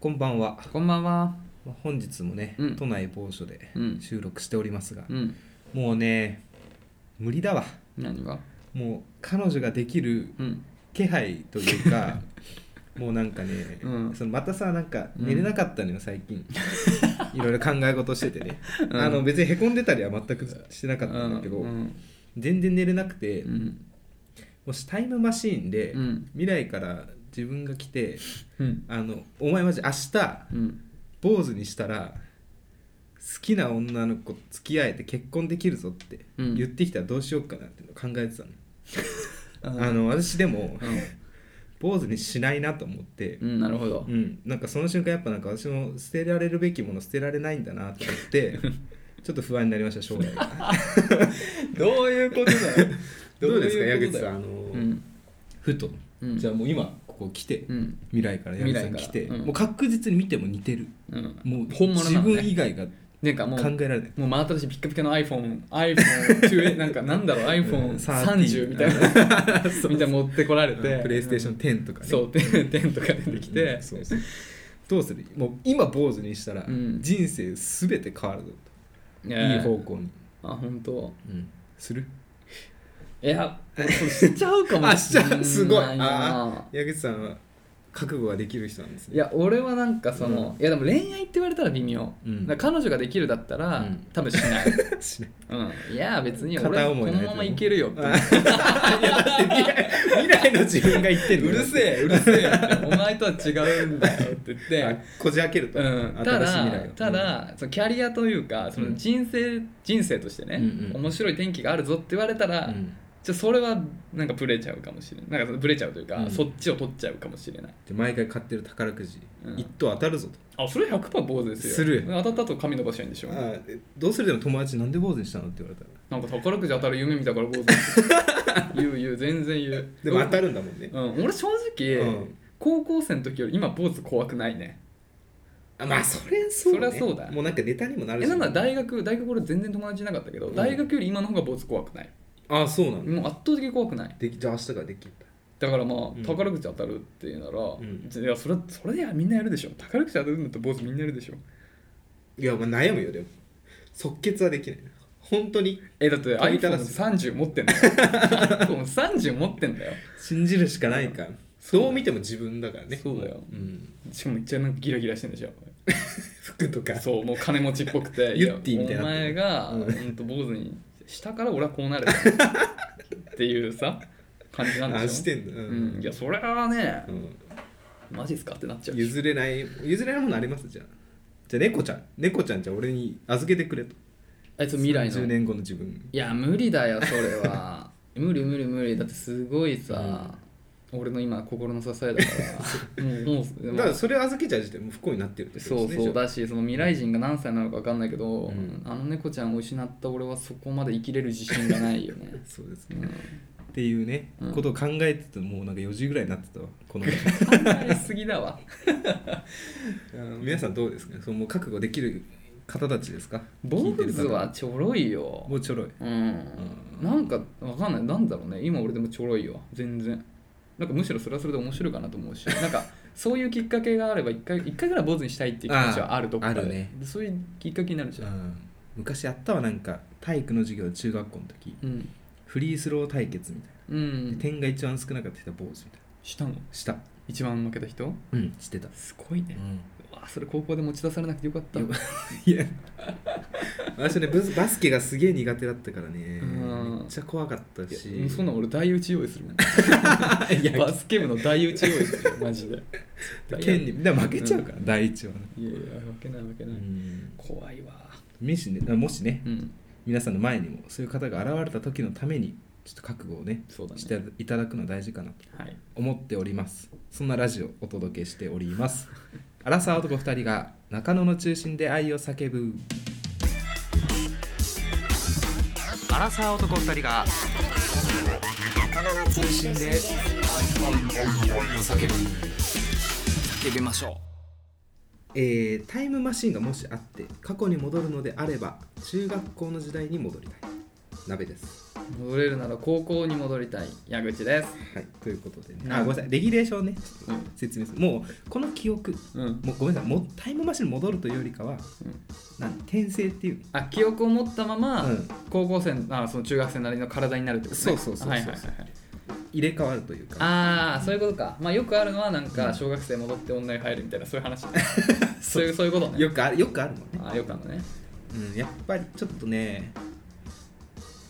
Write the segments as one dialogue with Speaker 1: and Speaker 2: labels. Speaker 1: こんばんは。
Speaker 2: こんばんは。
Speaker 1: まあ本日もね、
Speaker 2: うん
Speaker 1: 都内某所で
Speaker 2: うん
Speaker 1: 収録しておりますが、
Speaker 2: うん。
Speaker 1: もうね、無理だわ。
Speaker 2: 何が
Speaker 1: もう彼女ができる
Speaker 2: うん。
Speaker 1: 気配という か、もうなんかね、
Speaker 2: うん
Speaker 1: そのまたさ、なんか
Speaker 2: うん
Speaker 1: 寝れなかったのよ、最 近。いろいろ考え事しててね。
Speaker 2: うん
Speaker 1: あの別にへこんでたりは全くしてなかったんだけど、
Speaker 2: うん。
Speaker 1: 全然寝れなくて、
Speaker 2: うん。
Speaker 1: もしタイムマシーンで、
Speaker 2: うん。
Speaker 1: 未来から自分が来て、
Speaker 2: うん。
Speaker 1: あのお前マジ明日、
Speaker 2: うん。
Speaker 1: 坊主にしたら好きな女の子と付き合えて結婚できるぞって
Speaker 2: うん
Speaker 1: 言ってきたらどうしようかなっていうのを考えてたの、
Speaker 2: うん
Speaker 1: あの私でも
Speaker 2: うん
Speaker 1: 坊主にしないなと思って
Speaker 2: う、ん。なるほど
Speaker 1: う。ん、なんかその瞬間やっぱなんか私も捨てられるべきもの捨てられないんだなと思って ちょっと不安になりました将来が
Speaker 2: どういうことだよ。
Speaker 1: どうですか矢口さん
Speaker 2: ん。
Speaker 1: あの、
Speaker 2: うん。
Speaker 1: ふと、
Speaker 2: うん
Speaker 1: じゃあもう今ここ来て、
Speaker 2: うん。
Speaker 1: 未来から矢口さん来て、
Speaker 2: 未来からうん
Speaker 1: もう確実に見ても似てる
Speaker 2: うん。
Speaker 1: もう
Speaker 2: 本物な
Speaker 1: 自
Speaker 2: の
Speaker 1: 分以
Speaker 2: ね。
Speaker 1: 外が
Speaker 2: なんかもう
Speaker 1: 考。えられない
Speaker 2: もう真新しいピッカピカの iPhone、iPhone2、なんかなんだろう、
Speaker 1: うん
Speaker 2: iPhone30 みたいな、みたいな持ってこられて、
Speaker 1: プレイステーション
Speaker 2: ン、
Speaker 1: 10とかね
Speaker 2: そう、10とか出てきて、
Speaker 1: そうそうどうするもう今坊主にしたら
Speaker 2: うん
Speaker 1: 人生すべて変わるぞ
Speaker 2: い
Speaker 1: と、
Speaker 2: や
Speaker 1: いい方向に、
Speaker 2: あ、本当。
Speaker 1: うんする
Speaker 2: いや、しちゃうかも
Speaker 1: あしちゃうすごい
Speaker 2: ない
Speaker 1: あ
Speaker 2: な
Speaker 1: ー矢口さんは覚悟ができる人なんですね
Speaker 2: いや俺はなんかその、いやでも恋愛って言われたら微妙、
Speaker 1: うん
Speaker 2: だから彼女ができるだったら、
Speaker 1: うん
Speaker 2: 多分し ない、
Speaker 1: しない
Speaker 2: うん、いや別に俺
Speaker 1: 片
Speaker 2: こ
Speaker 1: 思い
Speaker 2: の
Speaker 1: のやつ
Speaker 2: ままいけるよって
Speaker 1: あ ーいやだって未来未来の自分が言ってん
Speaker 2: う
Speaker 1: の
Speaker 2: るせえうるせえってお前とは違うんだよって言っ
Speaker 1: あ
Speaker 2: て、
Speaker 1: こじ開けると、
Speaker 2: うん、た
Speaker 1: 新しい未
Speaker 2: だ
Speaker 1: 来を
Speaker 2: ただそのキャリアというかその人生、人生としてね、
Speaker 1: うんうん
Speaker 2: 面白い天気があるぞって言われたら、
Speaker 1: うん
Speaker 2: じゃあそれはなんかブレちゃうかもしれないなんかそのブレちゃうというか、
Speaker 1: うん
Speaker 2: そっちを取っちゃうかもしれない
Speaker 1: で毎回買ってる宝くじ、
Speaker 2: うん
Speaker 1: 一等当たるぞと
Speaker 2: あそれ100%坊主ですよ
Speaker 1: する
Speaker 2: 当たったと髪伸ばしゃいいんでしょ
Speaker 1: あーえどうするでも友達なんで坊主にしたのって言われたら
Speaker 2: なんか宝くじ当たる夢見たから坊主 言う言う全然言う
Speaker 1: でも当たるんだもんね、
Speaker 2: うん、俺正直、
Speaker 1: うん
Speaker 2: 高校生の時より今坊主怖くないね
Speaker 1: あまあそれそう、ね、
Speaker 2: そりゃそうだ
Speaker 1: もうなんかネタにもなる
Speaker 2: えなんなら大
Speaker 1: 学
Speaker 2: 学大学俺全然友達いなかったけど、
Speaker 1: うん
Speaker 2: 大学より今の方が坊主怖くない
Speaker 1: あそうなんだ
Speaker 2: もう圧倒的に怖くない
Speaker 1: できじゃあ明日からできるんだ
Speaker 2: だからまあ、
Speaker 1: ん
Speaker 2: 宝くじ当たるっていうなら、
Speaker 1: ん
Speaker 2: いやそれそれやみんなやるでしょ宝くじ当たるんだったら坊主みんなやるでしょ
Speaker 1: いやまあ悩むよでも即決はできない本当に
Speaker 2: えだって
Speaker 1: 飛び垂らす
Speaker 2: iPhone30 持ってんだ よ iPhone30 持ってんだよ
Speaker 1: 信じるしかないかそう見ても自分だからね
Speaker 2: そうだよ
Speaker 1: うん、
Speaker 2: しかもめっちゃなんかギラギラしてんでしょ
Speaker 1: 服とか
Speaker 2: そうもう金持ちっぽくて
Speaker 1: ユッティみたいにな
Speaker 2: やお前が、
Speaker 1: うん
Speaker 2: うん、と坊主にしたから俺はこう なるっていうさ感じなんでしょ
Speaker 1: あしてんだう、
Speaker 2: うんん、いやそれはね
Speaker 1: うん
Speaker 2: マジっすかってなっちゃうし
Speaker 1: 譲れない譲れないものありますじゃあじゃあ猫ちゃん猫ちゃんじゃあ俺に預けてくれと
Speaker 2: あいつ未来
Speaker 1: 10
Speaker 2: のい
Speaker 1: 年後の自分
Speaker 2: や無理だよそれ は無理無理無理だってすごいさ、俺の今心の支えだか らもうもう
Speaker 1: だからそれを預けちゃう時点でもう不幸になってるってこと
Speaker 2: そ
Speaker 1: で
Speaker 2: う
Speaker 1: すね
Speaker 2: そうだしその未来人が何歳なのか分かんないけど、
Speaker 1: うん
Speaker 2: あの猫ちゃんを失った俺はそこまで生きれる自信がない よね、
Speaker 1: そうです
Speaker 2: う
Speaker 1: ね
Speaker 2: ん
Speaker 1: っていうね、
Speaker 2: うん
Speaker 1: ことを考えててもうなんか4時ぐらいになってたわこの
Speaker 2: 考えすぎだわ
Speaker 1: あの皆さんどうですかそのもう覚悟できる方たちですか聞
Speaker 2: 坊
Speaker 1: いて
Speaker 2: 主
Speaker 1: る方
Speaker 2: はちょろいよ
Speaker 1: もうちょろい
Speaker 2: うんなんかわかんないなんだろうね今俺でもちょろいよ全然なんかむしろそれはそれで面白いかなと思 うしなんかそういうきっかけがあれば一回一回ぐらい坊主にしたいっていう気持ちはあるとかで
Speaker 1: あるね
Speaker 2: でそういうきっかけになるじ
Speaker 1: う
Speaker 2: ゃん、
Speaker 1: ん昔あったわなんか体育の授業中学校の時
Speaker 2: うん
Speaker 1: フリースロー対決みたいな、
Speaker 2: うん、
Speaker 1: 点が一番少なかった人は坊主みたいな
Speaker 2: したの
Speaker 1: した
Speaker 2: 一番負けた人
Speaker 1: うんしてた、
Speaker 2: すごいね、うわそれ高校で持ち出されなくてよかった
Speaker 1: よいや私はねブスバスケがすげえ苦手だったからね
Speaker 2: うん
Speaker 1: めっちゃ怖かったし
Speaker 2: いやもうそんなん俺台打ち用 意するもんバスケ部の台打ち用意するよ マジで
Speaker 1: 剣にだから負けちゃうから、第一はね、
Speaker 2: いやいや負けない負け
Speaker 1: う
Speaker 2: ない、
Speaker 1: ん、
Speaker 2: 怖いわ
Speaker 1: もしねもしね
Speaker 2: うん
Speaker 1: 皆さんの前にもそういう方が現れた時のためにちょっと覚悟をね
Speaker 2: そうだね
Speaker 1: していただくのは大事かなと
Speaker 2: はい
Speaker 1: 思っておりますそんなラジオをお届けしておりますアラサー男2人が中野の中心で愛を叫ぶアラサー男2人が中野の中心で愛を叫ぶ
Speaker 2: 叫びましょう
Speaker 1: えータイムマシンがもしあって過去に戻るのであれば中学校の時代に戻りたい鍋です、
Speaker 2: 戻れるなら高校に戻りたい矢口です
Speaker 1: はい、ということでね、
Speaker 2: うん
Speaker 1: あごめんなさいレギュレーションをね
Speaker 2: うん
Speaker 1: 説明するもうこの記憶
Speaker 2: うん
Speaker 1: もうごめんなさいもうタイムマシンに戻るというよりかは、
Speaker 2: うん
Speaker 1: なん転生っていう
Speaker 2: あ記憶を持ったまま、
Speaker 1: うん
Speaker 2: 高校生のあその中学生なりの体になるってこと、ね、
Speaker 1: そうそうそうそう
Speaker 2: はいはいはいはい
Speaker 1: 入れ替わるというか
Speaker 2: ああそういうことか、まあ、よくあるのはなんか小学生戻って女に入るみたいなそういう 話そういうそういうことね
Speaker 1: よくあるよくあるもんね、
Speaker 2: あーよくあるのね
Speaker 1: うん、やっぱりちょっとね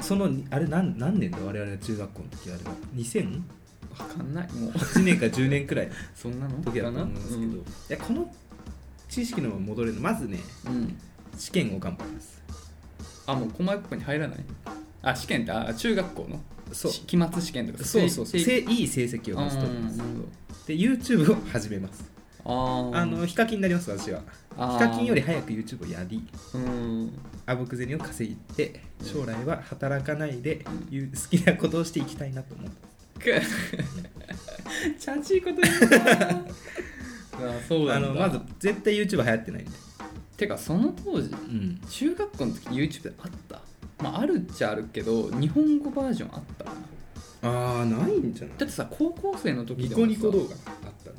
Speaker 1: そのあれ何何年だ我々が中学校の時あれは2008
Speaker 2: わかんない もう
Speaker 1: 年か10年くらいの
Speaker 2: そんなの
Speaker 1: 時だと思
Speaker 2: う
Speaker 1: うんですけど、い
Speaker 2: ん
Speaker 1: やこの知識のまま戻れるのまずね
Speaker 2: うん
Speaker 1: 試験を頑張ります
Speaker 2: あもう駒学校に入らないあ試験ってあ中学校の
Speaker 1: そう
Speaker 2: し期末試験とか
Speaker 1: そうそうそう
Speaker 2: 正
Speaker 1: せいい成績を出すと思います
Speaker 2: あーなるほど
Speaker 1: で YouTube を始めます
Speaker 2: あー
Speaker 1: あのヒカキンになります私は
Speaker 2: あー
Speaker 1: ヒカキンより早く YouTube をやり
Speaker 2: うん
Speaker 1: あぼく銭を稼いで
Speaker 2: うん
Speaker 1: 将来は働かないで、
Speaker 2: うん
Speaker 1: ゆう好きなことをしていきたいなと思って
Speaker 2: くチャチいこと言うなあ そう
Speaker 1: あ
Speaker 2: なんだ
Speaker 1: のまず絶対 YouTube 流行ってないんで、
Speaker 2: てかその当時
Speaker 1: うん、
Speaker 2: 中学校の時 YouTube あったまああるっちゃあるけど日本語バージョンあったかな
Speaker 1: ああないんじゃな
Speaker 2: だってさ高校生の時
Speaker 1: ニ
Speaker 2: で
Speaker 1: コ
Speaker 2: もさ
Speaker 1: ニコ動画あったの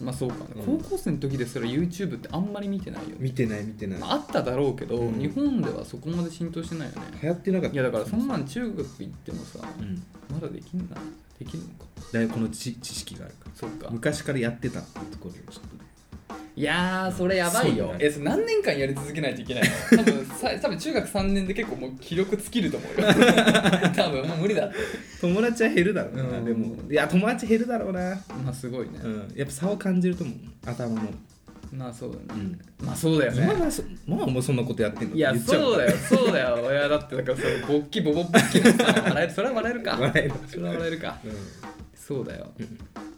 Speaker 2: まあそうか、
Speaker 1: うん
Speaker 2: 高校生の時ですら YouTube ってあんまり見てないよね、
Speaker 1: 見てない見てない
Speaker 2: まあ、あっただろうけど、
Speaker 1: うん
Speaker 2: 日本ではそこまで浸透してないよね
Speaker 1: 流行ってなかった
Speaker 2: いやだからそんなん中学行ってもさ
Speaker 1: うん
Speaker 2: まだできんなできるのか
Speaker 1: だいぶこの知知識があるから
Speaker 2: そっか
Speaker 1: 昔からやってたっていうところをちょっとね
Speaker 2: いやーそれやばい
Speaker 1: そう
Speaker 2: よ
Speaker 1: だね
Speaker 2: えそれ何年間やり続けないといけないの多分さ 多分中学3年で結構もう気力尽きると思 うよ多分もう無理だって
Speaker 1: 友達は減るだろうな、
Speaker 2: うん
Speaker 1: でもいや友達減るだろうな、
Speaker 2: まあすごいね、
Speaker 1: うん、やっぱ差を感じると思う頭の、
Speaker 2: まあそうだね、
Speaker 1: うん、
Speaker 2: まあそうだよ
Speaker 1: 今
Speaker 2: ね
Speaker 1: はそまあもうそんなことやってんの
Speaker 2: いや
Speaker 1: 言っちゃ
Speaker 2: そう
Speaker 1: う
Speaker 2: だよそうだよいやだってだからその勃起ボボ勃起のさ笑えるそれは笑えるか
Speaker 1: 笑える
Speaker 2: それは笑えるか
Speaker 1: うん
Speaker 2: そうだよ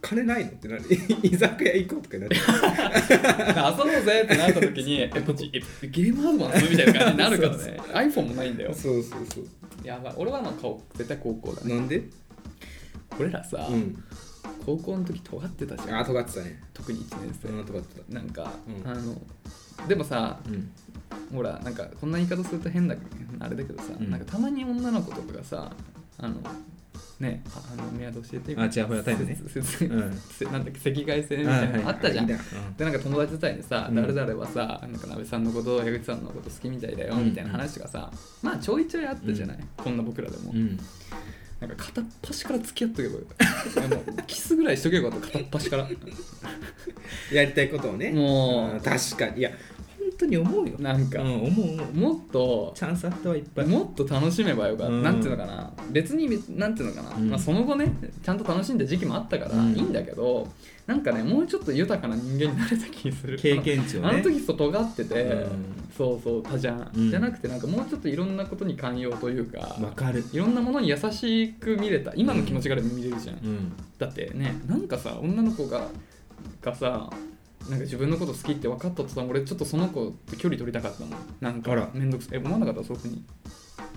Speaker 1: 金ないのってなる 居酒屋行こうとかになる
Speaker 2: 遊ぼうぜってなった時 にえこっちえゲームアドバンスみたいな感じになるからね iPhone もないんだよ
Speaker 1: そうそうそう
Speaker 2: やばい俺はまあ顔絶対高校だね
Speaker 1: なんで
Speaker 2: 俺らさ、
Speaker 1: うん
Speaker 2: 高校の時尖ってたじゃん
Speaker 1: ああ尖ってたね
Speaker 2: 特に1年生、
Speaker 1: うん尖ってた
Speaker 2: なんか、
Speaker 1: うん
Speaker 2: あのでもさ
Speaker 1: うん
Speaker 2: ほらなんかこんな言い方すると変だけどあれだけどさ、
Speaker 1: うん
Speaker 2: なんかたまに女の子とかがさあのねああのメアド教えて
Speaker 1: あちやほやタイムね
Speaker 2: せせ
Speaker 1: うん
Speaker 2: せなんだっけ赤外線みたいなのあったじゃん、
Speaker 1: はい
Speaker 2: でなんか友達伝いでさ、
Speaker 1: うん
Speaker 2: 誰々はさなんか鍋さんのこと矢口さんのこと好きみたいだよみたいな話がさ、まあちょいちょいあったじゃない、こんな僕らでも、
Speaker 1: うん
Speaker 2: なんか片っ端から付き合っとけばよかったいやもうキスぐらいしとけばよかった片っ 端から
Speaker 1: やりたいことをね
Speaker 2: もう
Speaker 1: うん確かにいや本当に思うよ
Speaker 2: なんか、
Speaker 1: うん思う思う
Speaker 2: もっと
Speaker 1: チャンスあったわいっぱい
Speaker 2: もっと楽しめばよかった、
Speaker 1: うん
Speaker 2: なんていうのかな別になんていうのかな、
Speaker 1: うん
Speaker 2: まあ、その後ねちゃんと楽しんだ時期もあったから
Speaker 1: うん
Speaker 2: いいんだけど、なんかねもうちょっと豊かな人間になれた気する
Speaker 1: 経験値をね
Speaker 2: あの時そう尖ってて、
Speaker 1: うん
Speaker 2: そうそう多じゃん、
Speaker 1: うん
Speaker 2: じゃなくてなんかもうちょっといろんなことに寛容というか、
Speaker 1: わかる
Speaker 2: いろんなものに優しく見れた今の気持ちから見れるじゃん、
Speaker 1: うん
Speaker 2: だってねなんかさ女の子ががさなんか自分のこと好きって分かったとさ俺ちょっとその子と距離取りたかったもんなん
Speaker 1: あ
Speaker 2: からめんどくさいえ思わなかったそういうふうに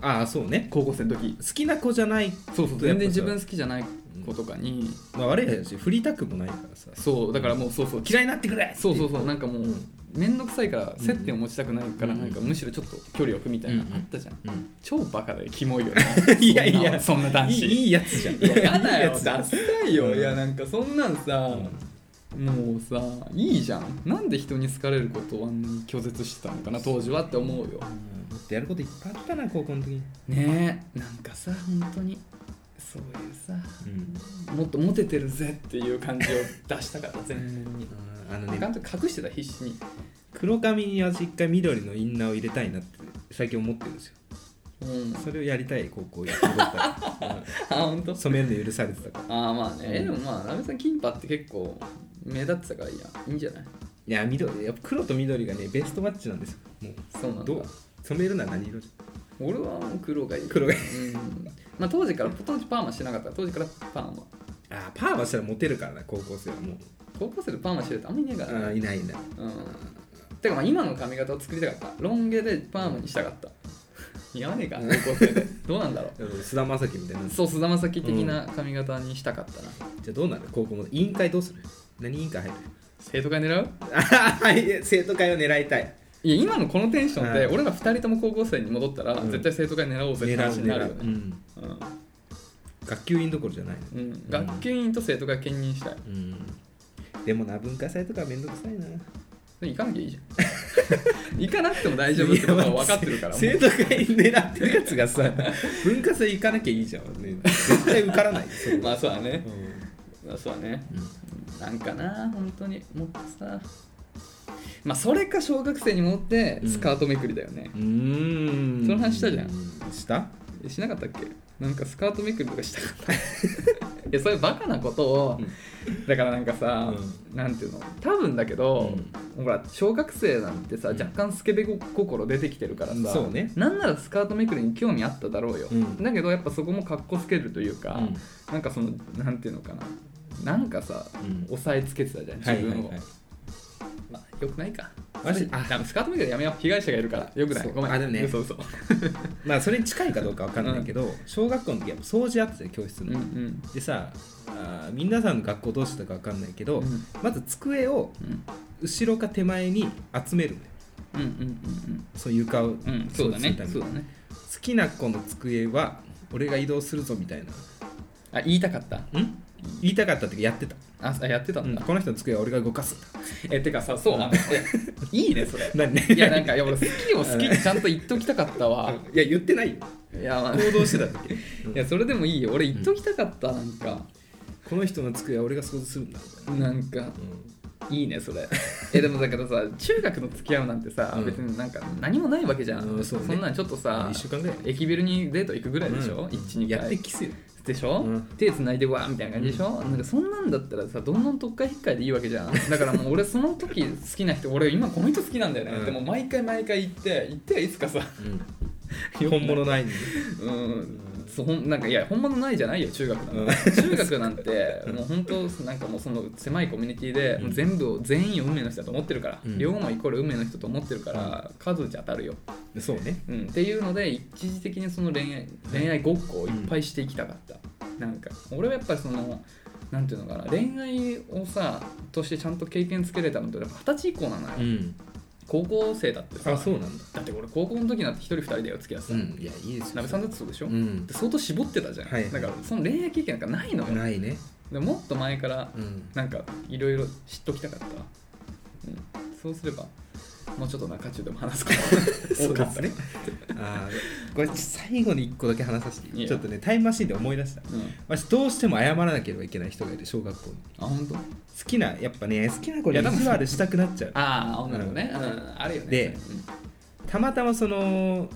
Speaker 1: ああそうね
Speaker 2: 高校生の時
Speaker 1: 好きな子じゃない
Speaker 2: そ
Speaker 1: やっ
Speaker 2: うそう
Speaker 1: ぱさ
Speaker 2: 全然自分好きじゃない子とかに、
Speaker 1: まあ悪い話振りたくもないからさ
Speaker 2: そうだからもうそうそう
Speaker 1: 嫌いになってくれ
Speaker 2: そうそうそうなんかもう
Speaker 1: うん
Speaker 2: 面倒くさいから接点を持ちたくないから
Speaker 1: うん
Speaker 2: なんかむしろちょっと距離を置くみたいな
Speaker 1: うん
Speaker 2: あったじゃん
Speaker 1: うん
Speaker 2: 超バカでキ モいよね
Speaker 1: いやいや
Speaker 2: そんなそんな男
Speaker 1: いい
Speaker 2: 子
Speaker 1: いいやつじゃん。
Speaker 2: やだ
Speaker 1: いいや
Speaker 2: よ
Speaker 1: つ
Speaker 2: ダサいよ
Speaker 1: うん
Speaker 2: いやなんかそんなんさもうさいいじゃんなんで人に好かれることをあんなに拒絶してたのかな当時はって思うよ
Speaker 1: もっとやることいっぱいあったな、高校の時に。
Speaker 2: ねえなんかさ本当にそういうさもっとモテてるぜっていう感じを出したかった全面 に
Speaker 1: あのね、
Speaker 2: 監督隠してた必死に
Speaker 1: 黒髪に私一回緑のインナーを入れたいなって最近思ってるんですよ。
Speaker 2: うん
Speaker 1: それをやりたい高校に戻ったら
Speaker 2: あ本当
Speaker 1: うん。染めるの許されてたから。
Speaker 2: ああまあね、
Speaker 1: うん
Speaker 2: でもまあなべさんキンパって結構目立ってたからいいやいいんじゃない
Speaker 1: いや、緑、やっぱ黒と緑がね、ベストマッチなんですよ。もう
Speaker 2: そうなんだ
Speaker 1: どう染めるなら何色じ
Speaker 2: 俺はもう黒がいい
Speaker 1: 黒がい
Speaker 2: うんまあ当時から当時パーマしてなかった当時からパーマ
Speaker 1: ゃん。あー、パーマしたらモテるからな、高校生はもう。
Speaker 2: 高校生でパーマしてるってあんまりいないか
Speaker 1: あ
Speaker 2: ら
Speaker 1: ー
Speaker 2: ね
Speaker 1: いないいない。
Speaker 2: うんてかまあ今の髪型を作りたかったロン毛でパーマにしたかった似合わねえか高校生でどうなんだろう
Speaker 1: あの菅田将暉みたいな。じ
Speaker 2: そう菅田将暉的な髪型にしたかったな、
Speaker 1: ゃあどうなる高校の委員会どうする何委員会入る
Speaker 2: 生徒会狙う
Speaker 1: あはい、生徒会を狙いたい。
Speaker 2: いや今のこのテンションで
Speaker 1: うん
Speaker 2: 俺ら2人とも高校生に戻ったら
Speaker 1: うん
Speaker 2: 絶対生徒会狙おうぜって話
Speaker 1: 狙う
Speaker 2: になるよ
Speaker 1: 狙う、う
Speaker 2: ね、
Speaker 1: ん、学級委員どころじゃないの
Speaker 2: うんうん学級委員と生徒会兼任したい
Speaker 1: うんでもな文化祭とかめんどくさいな
Speaker 2: で行かなきゃいいじ ゃん行かなくても大丈夫ってことは分かってるからも う
Speaker 1: 生徒会狙ってるやつが さ文化祭行かなきゃいいじゃん、ね、絶対受から ないそれは
Speaker 2: まあそうだね
Speaker 1: う、
Speaker 2: まあそうだね
Speaker 1: んうん
Speaker 2: なんかな本当にもっとさまあそれか小学生に戻ってスカートめくりだよね
Speaker 1: う、ーん
Speaker 2: その話したじゃん
Speaker 1: した
Speaker 2: えしなかったっけなんかスカートめくりとかしたか ったいやそういうバカなことをだからなんかさ、なんていうの多分だけど、ほら小学生なんてさ
Speaker 1: うん
Speaker 2: 若干スケベ心出てきてるからさ、
Speaker 1: そうね
Speaker 2: なんならスカートめくりに興味あっただろうよ、
Speaker 1: うん
Speaker 2: だけどやっぱそこもかっこつけるという
Speaker 1: う
Speaker 2: か、
Speaker 1: ん
Speaker 2: なんかそのなんていうのかななんかさ、
Speaker 1: うん
Speaker 2: 押さえつけてたじゃん自分を、まあよくないか
Speaker 1: マジ
Speaker 2: それあダメスカートめくりやめよう被害者がいるからよくない
Speaker 1: そう
Speaker 2: ごめん
Speaker 1: あでもね
Speaker 2: 嘘嘘
Speaker 1: まあそれに近いかどうかわかんないけど、小学校の時やっぱ掃除あってたよ教室
Speaker 2: うん
Speaker 1: の、
Speaker 2: うん
Speaker 1: でさあー皆さんの学校どうしてたかわかんないけど、
Speaker 2: うん
Speaker 1: まず机を
Speaker 2: うん
Speaker 1: 後ろか手前に集めるんだよ
Speaker 2: うんうん
Speaker 1: そう床を
Speaker 2: うんうんうんそうだ
Speaker 1: 掃除する
Speaker 2: ね
Speaker 1: ために
Speaker 2: そうだね
Speaker 1: 好きな子の机は俺が移動するぞみたいな
Speaker 2: あ言いたかった
Speaker 1: ん言いたかった時やってた、
Speaker 2: ああやってたんだ、
Speaker 1: この人の机は俺が動かすんだ
Speaker 2: えてかさそうあのいやいいね それ
Speaker 1: 何ね
Speaker 2: いやなんかいや俺好きを好きってちゃんと言っときたかったわ
Speaker 1: いや言ってないよ
Speaker 2: いや,、まあ、い
Speaker 1: 行動してた時いや
Speaker 2: やそれでもいいよ俺言っときたかったなんか
Speaker 1: この人の机は俺が想像するんだみたいな
Speaker 2: なんかいいねそれ えでもだけどさ中学の付き合うなんてさ、
Speaker 1: うん
Speaker 2: 別になんか何もないわけじゃん、
Speaker 1: うんそうね
Speaker 2: んなんちょっとさ
Speaker 1: 1週間ぐらい
Speaker 2: 駅ビルにデート行くぐらいでしょ、
Speaker 1: うん
Speaker 2: 12
Speaker 1: やって
Speaker 2: 回
Speaker 1: きすよ
Speaker 2: でしょ、
Speaker 1: うん
Speaker 2: 手つないでわーみたいな感じでしょ、なんかそんなんだったらさどんどん特っかえひっかえでいいわけじゃんだからもう俺その時好きな人俺今この人好きなんだよね、
Speaker 1: うん
Speaker 2: でも毎回毎回言って言ってはいつかさ
Speaker 1: 本物ないのに
Speaker 2: うんそうほんなんかいや本物ないじゃないよ中学なんて、中学なんてもう本当なんかもうその狭いコミュニティでもう全部を全員を運命の人だと思ってるから、
Speaker 1: うん
Speaker 2: 両思いイコール運命の人と思ってるから、数じゃ当たるよ、
Speaker 1: そうね
Speaker 2: うん、っていうので一時的にその恋愛恋愛ごっこをいっぱいしていきたかった、なんか俺はやっぱりそのなんていうのかな恋愛をさとしてちゃんと経験つけれたのってやっぱ二十歳以降なのよ、
Speaker 1: ん
Speaker 2: 高校生だってさ
Speaker 1: あそうなんだ
Speaker 2: だって俺高校の時なんて一人二人だよ付き合ってた、
Speaker 1: んいやいいです
Speaker 2: なべ
Speaker 1: よ
Speaker 2: さんだってそうでしょ、
Speaker 1: うん
Speaker 2: で相当絞ってたじゃん、
Speaker 1: はい
Speaker 2: だからその恋愛経験なんかないのよ
Speaker 1: ないね
Speaker 2: でもっと前から
Speaker 1: うん
Speaker 2: なんかいろいろ知っときたかったわ、うん、そうすればもうちょっと中中でも話すこ と
Speaker 1: そう
Speaker 2: が多か
Speaker 1: で
Speaker 2: っ
Speaker 1: す
Speaker 2: た
Speaker 1: ねあーこれ最後に1個だけ話させ
Speaker 2: いい
Speaker 1: て
Speaker 2: よ
Speaker 1: ちょっとねタイムマシンで思い出した
Speaker 2: うん、
Speaker 1: 私どうしても謝らなければいけない人がいる小学校に
Speaker 2: あ本当
Speaker 1: 好きなやっぱね好きな子に
Speaker 2: いやでも
Speaker 1: 意地悪したくなっちゃう
Speaker 2: ああ女の子ね、うん、あるよね
Speaker 1: でたまたまその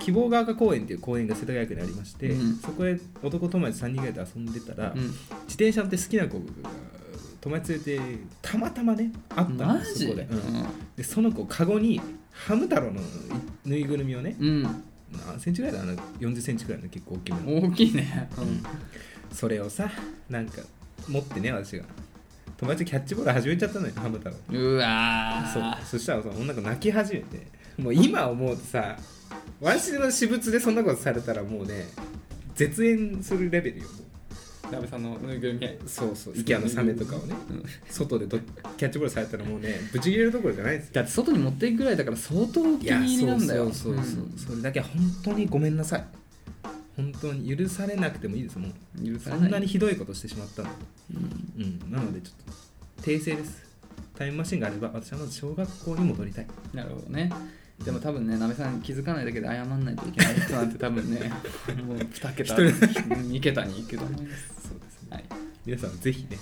Speaker 1: 希望が丘公園っていう公園が世田谷区にありまして、
Speaker 2: うん
Speaker 1: そこへ男友達3人ぐらいで遊んでたら、
Speaker 2: うん、
Speaker 1: 自転車乗って好きな子が友達連れてたまたまねあっ
Speaker 2: うん、
Speaker 1: たん
Speaker 2: マ
Speaker 1: です
Speaker 2: ジ
Speaker 1: そこで,、
Speaker 2: うん
Speaker 1: でその子カゴにハム太郎のぬいぐるみをね
Speaker 2: うん、
Speaker 1: 何センチぐらいだな40センチぐらいの結構大きめの
Speaker 2: 大きいね、
Speaker 1: うんそれをさなんか持ってね私が友達とキャッチボール始めちゃったのよハム太郎
Speaker 2: うん、うわー
Speaker 1: そうそしたらその女の子泣き始めてもう今思うとさわしの私物でそんなことされたらもうね絶縁するレベルよも
Speaker 2: なべさんのぬいぐるみ
Speaker 1: うそうそう IKEA のサメとかをね外でどキャッチボールされたらもうねブチ切れるところじゃないですよ
Speaker 2: だって外に持っていくぐらいだから相当お気
Speaker 1: い
Speaker 2: に入りなんだよ
Speaker 1: そうそうそう、
Speaker 2: ん
Speaker 1: それだけは本当にごめんなさい本当に許されなくてもいいですもう
Speaker 2: 許さ
Speaker 1: そ
Speaker 2: れ
Speaker 1: ん
Speaker 2: な
Speaker 1: ないにひどいことしてしまったの
Speaker 2: うん
Speaker 1: うんなのでちょっと訂正ですタイムマシンがあれば私はまず小学校に戻りたい
Speaker 2: なるほどねでも多分ね、なべさん気づかないだけで謝んないといけない人なんて多分 ね、もう2桁、
Speaker 1: 一
Speaker 2: 2桁に行くと思います。
Speaker 1: そうですね
Speaker 2: はい、
Speaker 1: 皆さんぜ ひね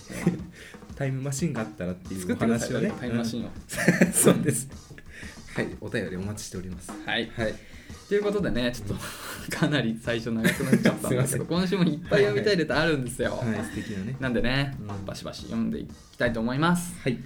Speaker 1: タイムマシンがあったらっていう
Speaker 2: 作
Speaker 1: お
Speaker 2: ってくださ
Speaker 1: 話
Speaker 2: い
Speaker 1: を
Speaker 2: ね
Speaker 1: ね、
Speaker 2: タイムマシ
Speaker 1: ン、
Speaker 2: ンを。
Speaker 1: そうですはいお便りお待ちしております
Speaker 2: はい。
Speaker 1: はい
Speaker 2: ということでね、ちょっと かなり最初長くなっちゃ ったんですす
Speaker 1: い
Speaker 2: けど、
Speaker 1: ま
Speaker 2: 今週もいっぱい読みたいレターあるんですよ。
Speaker 1: はい素敵なね
Speaker 2: なんでね
Speaker 1: うん、
Speaker 2: バシバシ読んでいきたいと思います。
Speaker 1: はい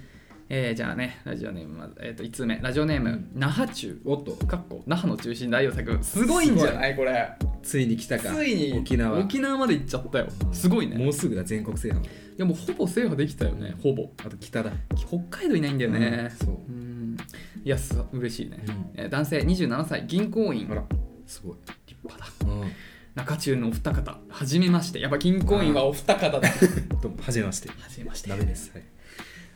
Speaker 2: えー、じゃあね、ラジオネームまず、えー、と5つ目、ラジオネーム、
Speaker 1: うん
Speaker 2: 那覇中、
Speaker 1: おっと
Speaker 2: かっこ那覇の中心代表作、すごいんじゃないこれ。
Speaker 1: ついに来たか
Speaker 2: ついに
Speaker 1: 沖縄
Speaker 2: まで行っちゃったよ。すごいね。
Speaker 1: もうすぐだ全国制覇
Speaker 2: いやもうほぼ制覇できたよねほぼ
Speaker 1: あと北だ
Speaker 2: 北海道いないんだよね、
Speaker 1: うんそう
Speaker 2: うんいやす嬉しいね、
Speaker 1: うん
Speaker 2: えー男性27歳銀行員
Speaker 1: あらすごい
Speaker 2: 立派だ
Speaker 1: うん
Speaker 2: 中中のお二方はじめましてやっぱ銀行員はお二方だは
Speaker 1: どうもはじめまして
Speaker 2: じめまして
Speaker 1: ダメですはい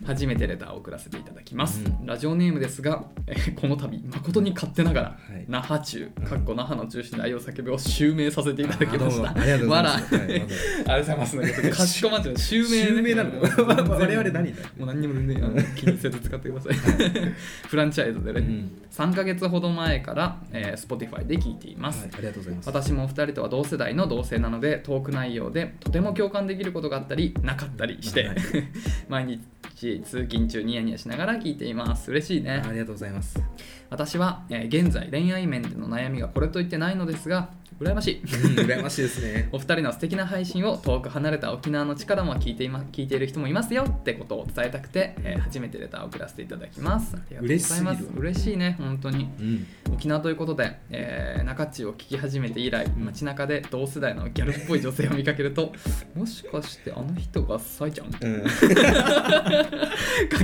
Speaker 2: 初めてレターを送らせていただきます、
Speaker 1: うん
Speaker 2: ラジオネームですが、えーこの度誠に勝手ながら、
Speaker 1: はい
Speaker 2: 那覇中かっこ那覇の中止で愛を叫ぶを襲名させていただきました
Speaker 1: あどうもありがとうございます
Speaker 2: わ
Speaker 1: はいわ
Speaker 2: らありがとうございますかしこまってる襲名ね
Speaker 1: 襲名なの我々何だ
Speaker 2: もう何にも全然あの気にせず使ってください フランチャイズでね、
Speaker 1: うん
Speaker 2: 3ヶ月ほど前から、えー Spotify で聞いています、
Speaker 1: はいありがとうございます
Speaker 2: 私もお二人とは同世代の同性なのでトーク内容でとても共感できることがあったりなかったりして 毎日通勤中ニヤニヤしながら聞いています嬉しいね
Speaker 1: ありがとうござい ます
Speaker 2: 私は、えー現在恋愛面での悩みがこれといってないのですが羨ましい
Speaker 1: うん羨ましいですね
Speaker 2: お二人の素敵な配信を遠く離れた沖縄の地からも聞いてい,、ま、聞いている人もいますよってことを伝えたくて、えー初めてレターを送らせていただきますありがとうございま
Speaker 1: 嬉しす
Speaker 2: す
Speaker 1: ぎる
Speaker 2: 嬉しいね本当に
Speaker 1: うん
Speaker 2: 沖縄ということで、えー、中地を聞き始めて以来街中で同世代のギャルっぽい女性を見かけると もしかしてあの人がサイちゃんか
Speaker 1: うん
Speaker 2: っ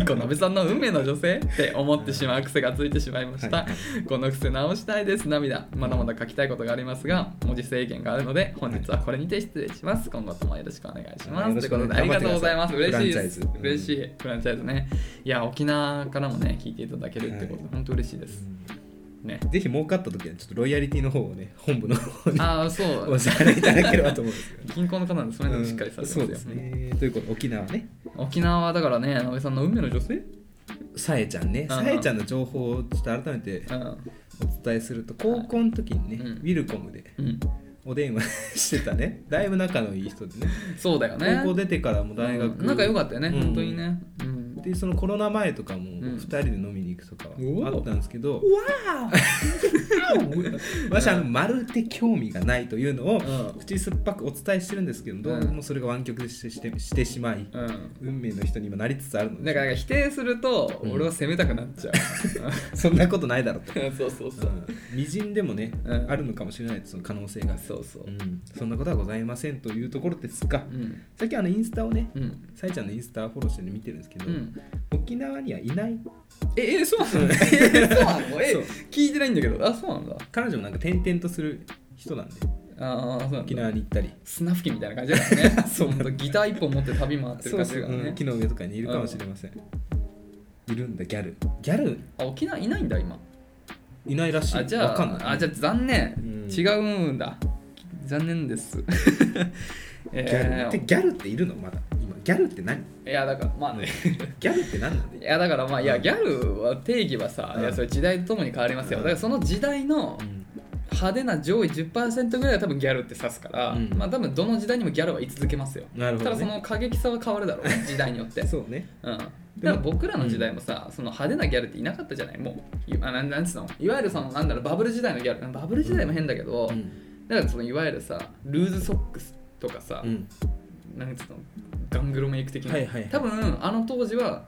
Speaker 2: こ鍋さんの運命の女性って思ってしまう癖がついてしまいました、
Speaker 1: は
Speaker 2: この癖直したいです涙まだまだ書きたいことがありますが文字制限があるので本日はこれにて失礼します今後ともよろしくお願いしま
Speaker 1: はい
Speaker 2: す
Speaker 1: よろ
Speaker 2: とい
Speaker 1: しくお願
Speaker 2: うこと
Speaker 1: い
Speaker 2: でありがとうございます
Speaker 1: 頑張
Speaker 2: 嬉
Speaker 1: っ
Speaker 2: しい
Speaker 1: てください
Speaker 2: です
Speaker 1: フランチャイズうん
Speaker 2: 嬉しいフランチャイズねいや沖縄からもね聞いていただけるってこ
Speaker 1: はい
Speaker 2: と、本当嬉しいですね
Speaker 1: ぜひ儲かった時はちょっとロイヤリティの方をね本部の方に
Speaker 2: ああそう
Speaker 1: お支払いいただければと思うん ですよ
Speaker 2: 銀行の方なんでそれでもしっかりされて
Speaker 1: そうで
Speaker 2: ますすよ、
Speaker 1: ねということで沖縄ね
Speaker 2: 沖縄はだからね安倍さんの運命の女性、
Speaker 1: さえちゃんね
Speaker 2: うん
Speaker 1: さえちゃんの情報をちょっと改めて
Speaker 2: うん
Speaker 1: お伝えすると高校の時にね、
Speaker 2: うん
Speaker 1: ウィルコムで
Speaker 2: うん、
Speaker 1: お電話 してたねだいぶ仲のいい人でね
Speaker 2: そうだよね
Speaker 1: 高校出てからも大学、
Speaker 2: うん仲良かったよね、
Speaker 1: うん
Speaker 2: 本当にね、うん、
Speaker 1: でそのコロナ前とかも
Speaker 2: ん
Speaker 1: 2人で飲みに行くとか
Speaker 2: おお
Speaker 1: はあったんですけど、
Speaker 2: わ
Speaker 1: 私あのまるで興味がないというのを
Speaker 2: うん
Speaker 1: 口酸っぱくお伝えしてるんですけどどうもそれが湾曲してしてしてしまい
Speaker 2: ーうん
Speaker 1: 運命の人に今なりつつあるの
Speaker 2: だ
Speaker 1: で
Speaker 2: からなんか否定すると
Speaker 1: うん
Speaker 2: 俺は責めたくなっちゃ
Speaker 1: そんな ことないだろうと
Speaker 2: う、そうそうそう、
Speaker 1: 微塵でもね、
Speaker 2: うん
Speaker 1: あるのかもしれないですその可能性が、
Speaker 2: そうそう
Speaker 1: うん、そんなことはございませんというところですが
Speaker 2: うん
Speaker 1: 最近あのインスタをね
Speaker 2: うん
Speaker 1: さえちゃんのインスタフォローしてね見てるんですけど、
Speaker 2: うん、
Speaker 1: 沖縄にはいない
Speaker 2: ええそうなのえそうな のえ
Speaker 1: そう
Speaker 2: 聞いてないんだけどあそうなんだ
Speaker 1: 彼女もなんか転々とする人なんで
Speaker 2: ああそうなん
Speaker 1: 沖
Speaker 2: だ
Speaker 1: 縄に行ったり
Speaker 2: 砂吹きみたいな感じだから ねそうほんとギター一本持って旅回ってる感じだから
Speaker 1: うん
Speaker 2: ね
Speaker 1: 木の上とかにいるかもしれません、いるんだギャルギャル
Speaker 2: あ沖縄いないんだ今
Speaker 1: いないらしい
Speaker 2: あじゃ
Speaker 1: わ
Speaker 2: あ
Speaker 1: かんない
Speaker 2: あじゃあ残念、
Speaker 1: うん
Speaker 2: 違うんだ残念で す
Speaker 1: ギャル
Speaker 2: え
Speaker 1: って
Speaker 2: ー
Speaker 1: ギャルっているのまだ今ギャルって何
Speaker 2: いやだからまあね
Speaker 1: ギャルって何なん
Speaker 2: い
Speaker 1: だよ
Speaker 2: やだからまあいや
Speaker 1: うん
Speaker 2: ギャルは定義はさ、
Speaker 1: うん
Speaker 2: いやそれ時代とともに変わりますよ、
Speaker 1: うん
Speaker 2: だからその時代の
Speaker 1: うん
Speaker 2: 派手な上位10%ぐらいは多分ギャルって指すから、
Speaker 1: うん
Speaker 2: まあ多分どの時代にもギャルは居続けますよ
Speaker 1: なるほど、
Speaker 2: ただそ
Speaker 1: ね、
Speaker 2: の過激さは変わるだろう ね時代によって
Speaker 1: そうね
Speaker 2: うん、だから僕らの時代もさ、その派手なギャルっていなかったじゃないもういあなんなんつうのいわゆるそのなんだろうバブル時代のギャルバブル時代も変だけど、
Speaker 1: うん
Speaker 2: だからそのいわゆるさルーズソックスとかさ、
Speaker 1: うん
Speaker 2: なんつうのガングロメイク的な、
Speaker 1: はいはいはい
Speaker 2: 多分あの当時は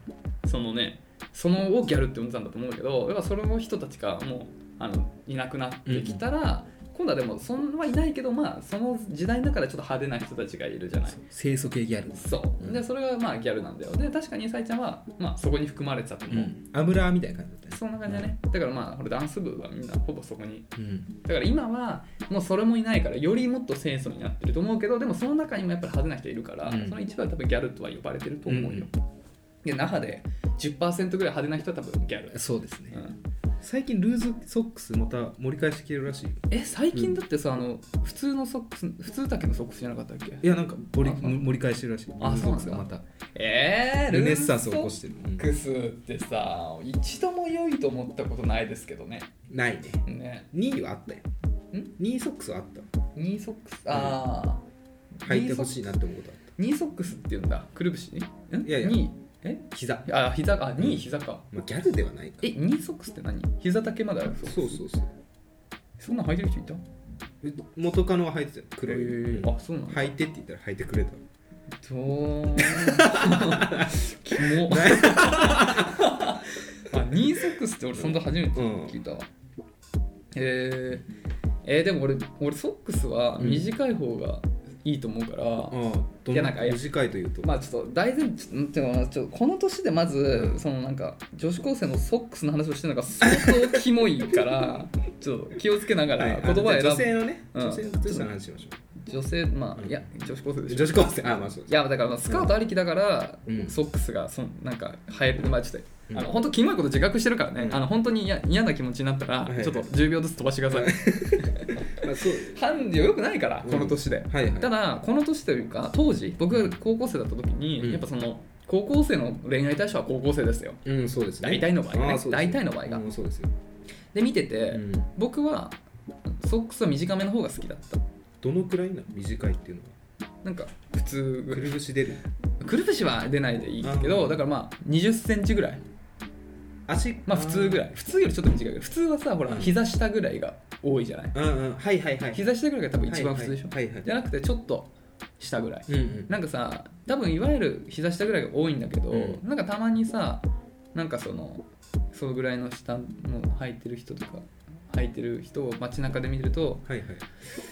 Speaker 2: そのねそのをギャルって呼んでたんだと思うけどやっぱその人たちがもうあのいなくなってきたら、今度はでもそんないないけどまあその時代の中でちょっと派手な人たちがいるじゃない
Speaker 1: 清楚系ギャル
Speaker 2: そう、
Speaker 1: うん
Speaker 2: でそれがまあギャルなんだよで確かにさいちゃんは、まあ、そこに含まれてたと
Speaker 1: う
Speaker 2: 思う、
Speaker 1: んアムラーみたいな感じだった
Speaker 2: そんな感じだね、だからまあこれダンス部はみんなほぼそこに
Speaker 1: うん
Speaker 2: だから今はもうそれもいないからよりもっと清楚になってると思うけどでもその中にもやっぱり派手な人いるから、
Speaker 1: うん
Speaker 2: その一部は多分ギャルとは呼ばれてると思うよ、で那覇で10%ぐらい派手な人は多分ギャル、
Speaker 1: そうですね、
Speaker 2: うん
Speaker 1: 最近ルーズソックスまた盛り返してきてるらしいよ
Speaker 2: え最近だってさ、あの普通のソックス普通丈のソックスじゃなかったっけ
Speaker 1: いやなんか盛り
Speaker 2: あそう
Speaker 1: 盛り返してるらしいル
Speaker 2: あ
Speaker 1: ーズソックスが
Speaker 2: そうな
Speaker 1: ま
Speaker 2: ん
Speaker 1: た
Speaker 2: えー、
Speaker 1: ルネッサンスを起こしててる、
Speaker 2: ソックスってさ一度も良いと思ったことないですけどね
Speaker 1: ないね
Speaker 2: ね
Speaker 1: 2位はあったよ
Speaker 2: ん
Speaker 1: 2位ソックスはあった
Speaker 2: ニーソックスああ
Speaker 1: 履いてほしいなって思うことあっ
Speaker 2: ニーソックスって言うんだくるぶしん
Speaker 1: いやいや
Speaker 2: ニーえ
Speaker 1: た膝、
Speaker 2: あ膝かあニー膝か、
Speaker 1: まあ、ギャルではないか
Speaker 2: え、ニーソックスって何膝丈まである
Speaker 1: そうそうそう
Speaker 2: そんなん履いてる人いた
Speaker 1: え元カノは履いてたよ黒い、うん
Speaker 2: あ、そうなの
Speaker 1: 履いてって言ったら履いてくれた
Speaker 2: どーん。キモ。あ、ニーソックスって俺そんな初めて聞いたわ。えー、えーでも俺、俺ソックスは短い方がいいと思うから、
Speaker 1: ああど
Speaker 2: いやなんかいや
Speaker 1: 短いというと、
Speaker 2: まあちょっと大前提ちょっと待ってちょっとこの年でまず
Speaker 1: うん
Speaker 2: そのなんか女子高生のソックスの話をしてるのが相 当キモいからちょっと気をつけなが
Speaker 1: はい
Speaker 2: ら
Speaker 1: あ
Speaker 2: 言葉を
Speaker 1: じゃあ女
Speaker 2: 選ぶ
Speaker 1: 性のね、
Speaker 2: うん
Speaker 1: 女性の靴下の話しましょう
Speaker 2: 女性まあいや女子高生でしょ
Speaker 1: 女子高生あまあそう
Speaker 2: いやだからまあスカートありきだから、
Speaker 1: うん
Speaker 2: ソックスがそんなんか流行るまあちょっと、
Speaker 1: うん
Speaker 2: あの本当キモいこと自覚してるからね、
Speaker 1: うん
Speaker 2: あの本当に嫌嫌な気持ちになったら、
Speaker 1: はい
Speaker 2: ちょっと10秒ずつ飛ばしてください
Speaker 1: まあそう
Speaker 2: 判断よくないから
Speaker 1: うん
Speaker 2: この年で、
Speaker 1: はいはい
Speaker 2: ただこの年というか当時僕が高校生だった時に、
Speaker 1: うん
Speaker 2: やっぱその高校生の恋愛対象は高校生ですよ
Speaker 1: うんそうですね
Speaker 2: 大体の場合がね
Speaker 1: あーそうです
Speaker 2: 大体の場合が
Speaker 1: うんそうですよ
Speaker 2: で見てて、
Speaker 1: うん
Speaker 2: 僕はソックスは短めの方が好きだった
Speaker 1: どのくらいなの短いっていうの
Speaker 2: なんか普通
Speaker 1: は
Speaker 2: ぐ
Speaker 1: く
Speaker 2: らい
Speaker 1: るぶし出る
Speaker 2: くるぶしは出ないでいいけ
Speaker 1: あ
Speaker 2: どだからまあ2 0ンチぐらい
Speaker 1: 足
Speaker 2: まあ普通ぐら
Speaker 1: い
Speaker 2: い普通よりちょっと短いけど普通はさほら
Speaker 1: うん
Speaker 2: 膝下ぐらいが多いじゃない
Speaker 1: うんうんはいはいはい
Speaker 2: 膝下ぐらいが多分一番普通でしょ
Speaker 1: はいはいはい
Speaker 2: じゃなくてちょっと下ぐらい
Speaker 1: うんうん
Speaker 2: なんかさ多分いわゆる膝下ぐらいが多いんだけど、
Speaker 1: うん
Speaker 2: なんかたまにさなんかそのそのぐらいの下の履いてる人とか履いてる人を街中で見てると
Speaker 1: はいはい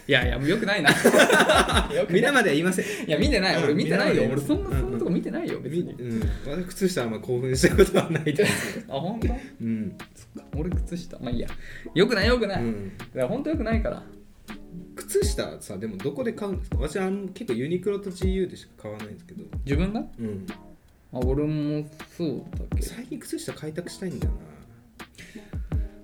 Speaker 2: いやいやもうよくないなよくない
Speaker 1: 皆までは言いません
Speaker 2: いや見てない
Speaker 1: うん
Speaker 2: 俺見てないよ
Speaker 1: 見ないよ
Speaker 2: 俺そんなそんなとこ見てないよ別
Speaker 1: み
Speaker 2: に
Speaker 1: うん私靴下はあんま興奮したことはないです
Speaker 2: あ本当
Speaker 1: うん
Speaker 2: 俺靴下まあいいやよくないよく
Speaker 1: う
Speaker 2: ない、だか
Speaker 1: ん
Speaker 2: ら本当よくないから
Speaker 1: 靴下さでもどこで買うんですか私はあの結構ユニクロと GU でしか買わないんですけど
Speaker 2: 自分が
Speaker 1: うん
Speaker 2: あ俺もそうだけど
Speaker 1: 最近靴下開拓したいんだよ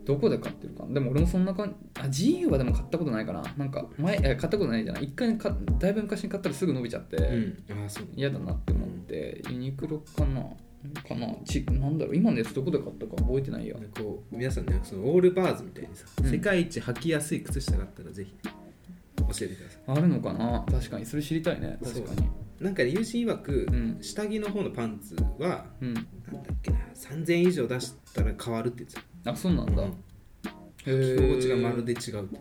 Speaker 2: どこで買ってるかでも俺もそんな感じあ GU はでも買ったことないかななんか前え買ったことないじゃない一回かだいぶ昔に買ったらすぐ伸びちゃって、
Speaker 1: なうんああそう
Speaker 2: 嫌だなって思ってユニクロかなかなちなんだろう今のやつどこで買ったか覚えてないや
Speaker 1: こう皆さんねそのオールバーズみたいにさ、
Speaker 2: うん
Speaker 1: 世界一履きやすい靴下があったらぜひ教えてくださ
Speaker 2: あるのかな確かにそれ知りたいね
Speaker 1: そ
Speaker 2: 確
Speaker 1: う
Speaker 2: かに
Speaker 1: いなんかね友人曰く、
Speaker 2: うん
Speaker 1: 下着の方のパンツは
Speaker 2: うん
Speaker 1: なんだっけな3000円以上出したら変わるって言ってた
Speaker 2: あそうなんだ、
Speaker 1: う
Speaker 2: へ
Speaker 1: ん
Speaker 2: え
Speaker 1: 着心地がまるで違うって言って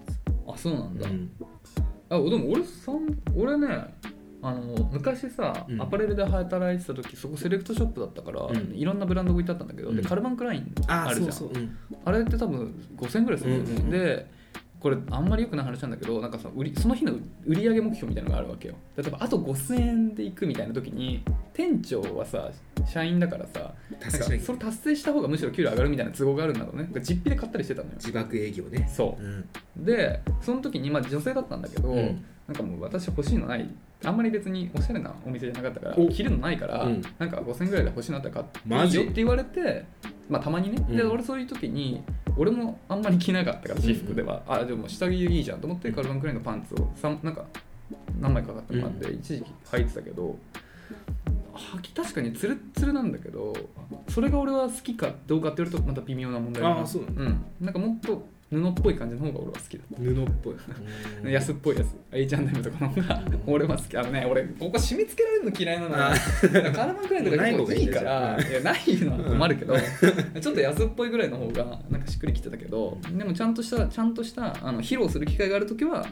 Speaker 2: あそうなんだ、
Speaker 1: た、うん
Speaker 2: あでも俺さん俺ねあの昔さ、
Speaker 1: うん
Speaker 2: アパレルで働いてた時そこセレクトショップだったから、
Speaker 1: うん
Speaker 2: いろんなブランドが置いてあったんだけど、
Speaker 1: う
Speaker 2: で
Speaker 1: ん
Speaker 2: カルバンクライン
Speaker 1: あ
Speaker 2: あるじゃん
Speaker 1: そうそう、うん
Speaker 2: あれって多分5000ぐらいするんだよね、
Speaker 1: うんうんうん
Speaker 2: でこれあんまりよくない話なんだけどなんかさ売りその日の売り上げ目標みたいなのがあるわけよ例えばあと5000円で行くみたいな時に店長はさ社員だからさなん
Speaker 1: 確
Speaker 2: か
Speaker 1: かに
Speaker 2: それ達成した方がむしろ給料上がるみたいな都合があるんだろうねだから実費で買ったりしてたのよ
Speaker 1: 自爆営業ね
Speaker 2: そう
Speaker 1: うん
Speaker 2: でその時にまあ女性だったんだけど、
Speaker 1: うん
Speaker 2: なんかもう私欲しいのないあんまり別におしゃれなお店じゃなかったから
Speaker 1: お
Speaker 2: 着るのないから、
Speaker 1: うん
Speaker 2: なんか5000円ぐらいで欲しいなったら買
Speaker 1: マ
Speaker 2: っていい
Speaker 1: ジ
Speaker 2: よって言われてまあたまにね、で
Speaker 1: うん
Speaker 2: 俺そういう時に俺もあんまり着なかったから私服では、あでも下着いいじゃんと思ってカルバンクラインのパンツをさんなんか何枚か買ったのがあって、一時期履いてたけど履き確かにツルッツルなんだけどそれが俺は好きかどうかって言われるとまた微妙な問題だな
Speaker 1: あーそうなんだ
Speaker 2: うん、なんかもっと布っぽい感じの方が俺は好きだ
Speaker 1: 布っぽいうん
Speaker 2: 安っぽいやつ H&M とかの方が俺は好きあのね俺ここ締め付けられるの嫌いなの
Speaker 1: あ
Speaker 2: よカルマンくらいとか結構いいから
Speaker 1: ない
Speaker 2: やないのは困るけどちょっと安っぽいぐらいの方がなんかしっくりきてたけどでもちゃんとしたちゃんとしたあの披露する機会がある時は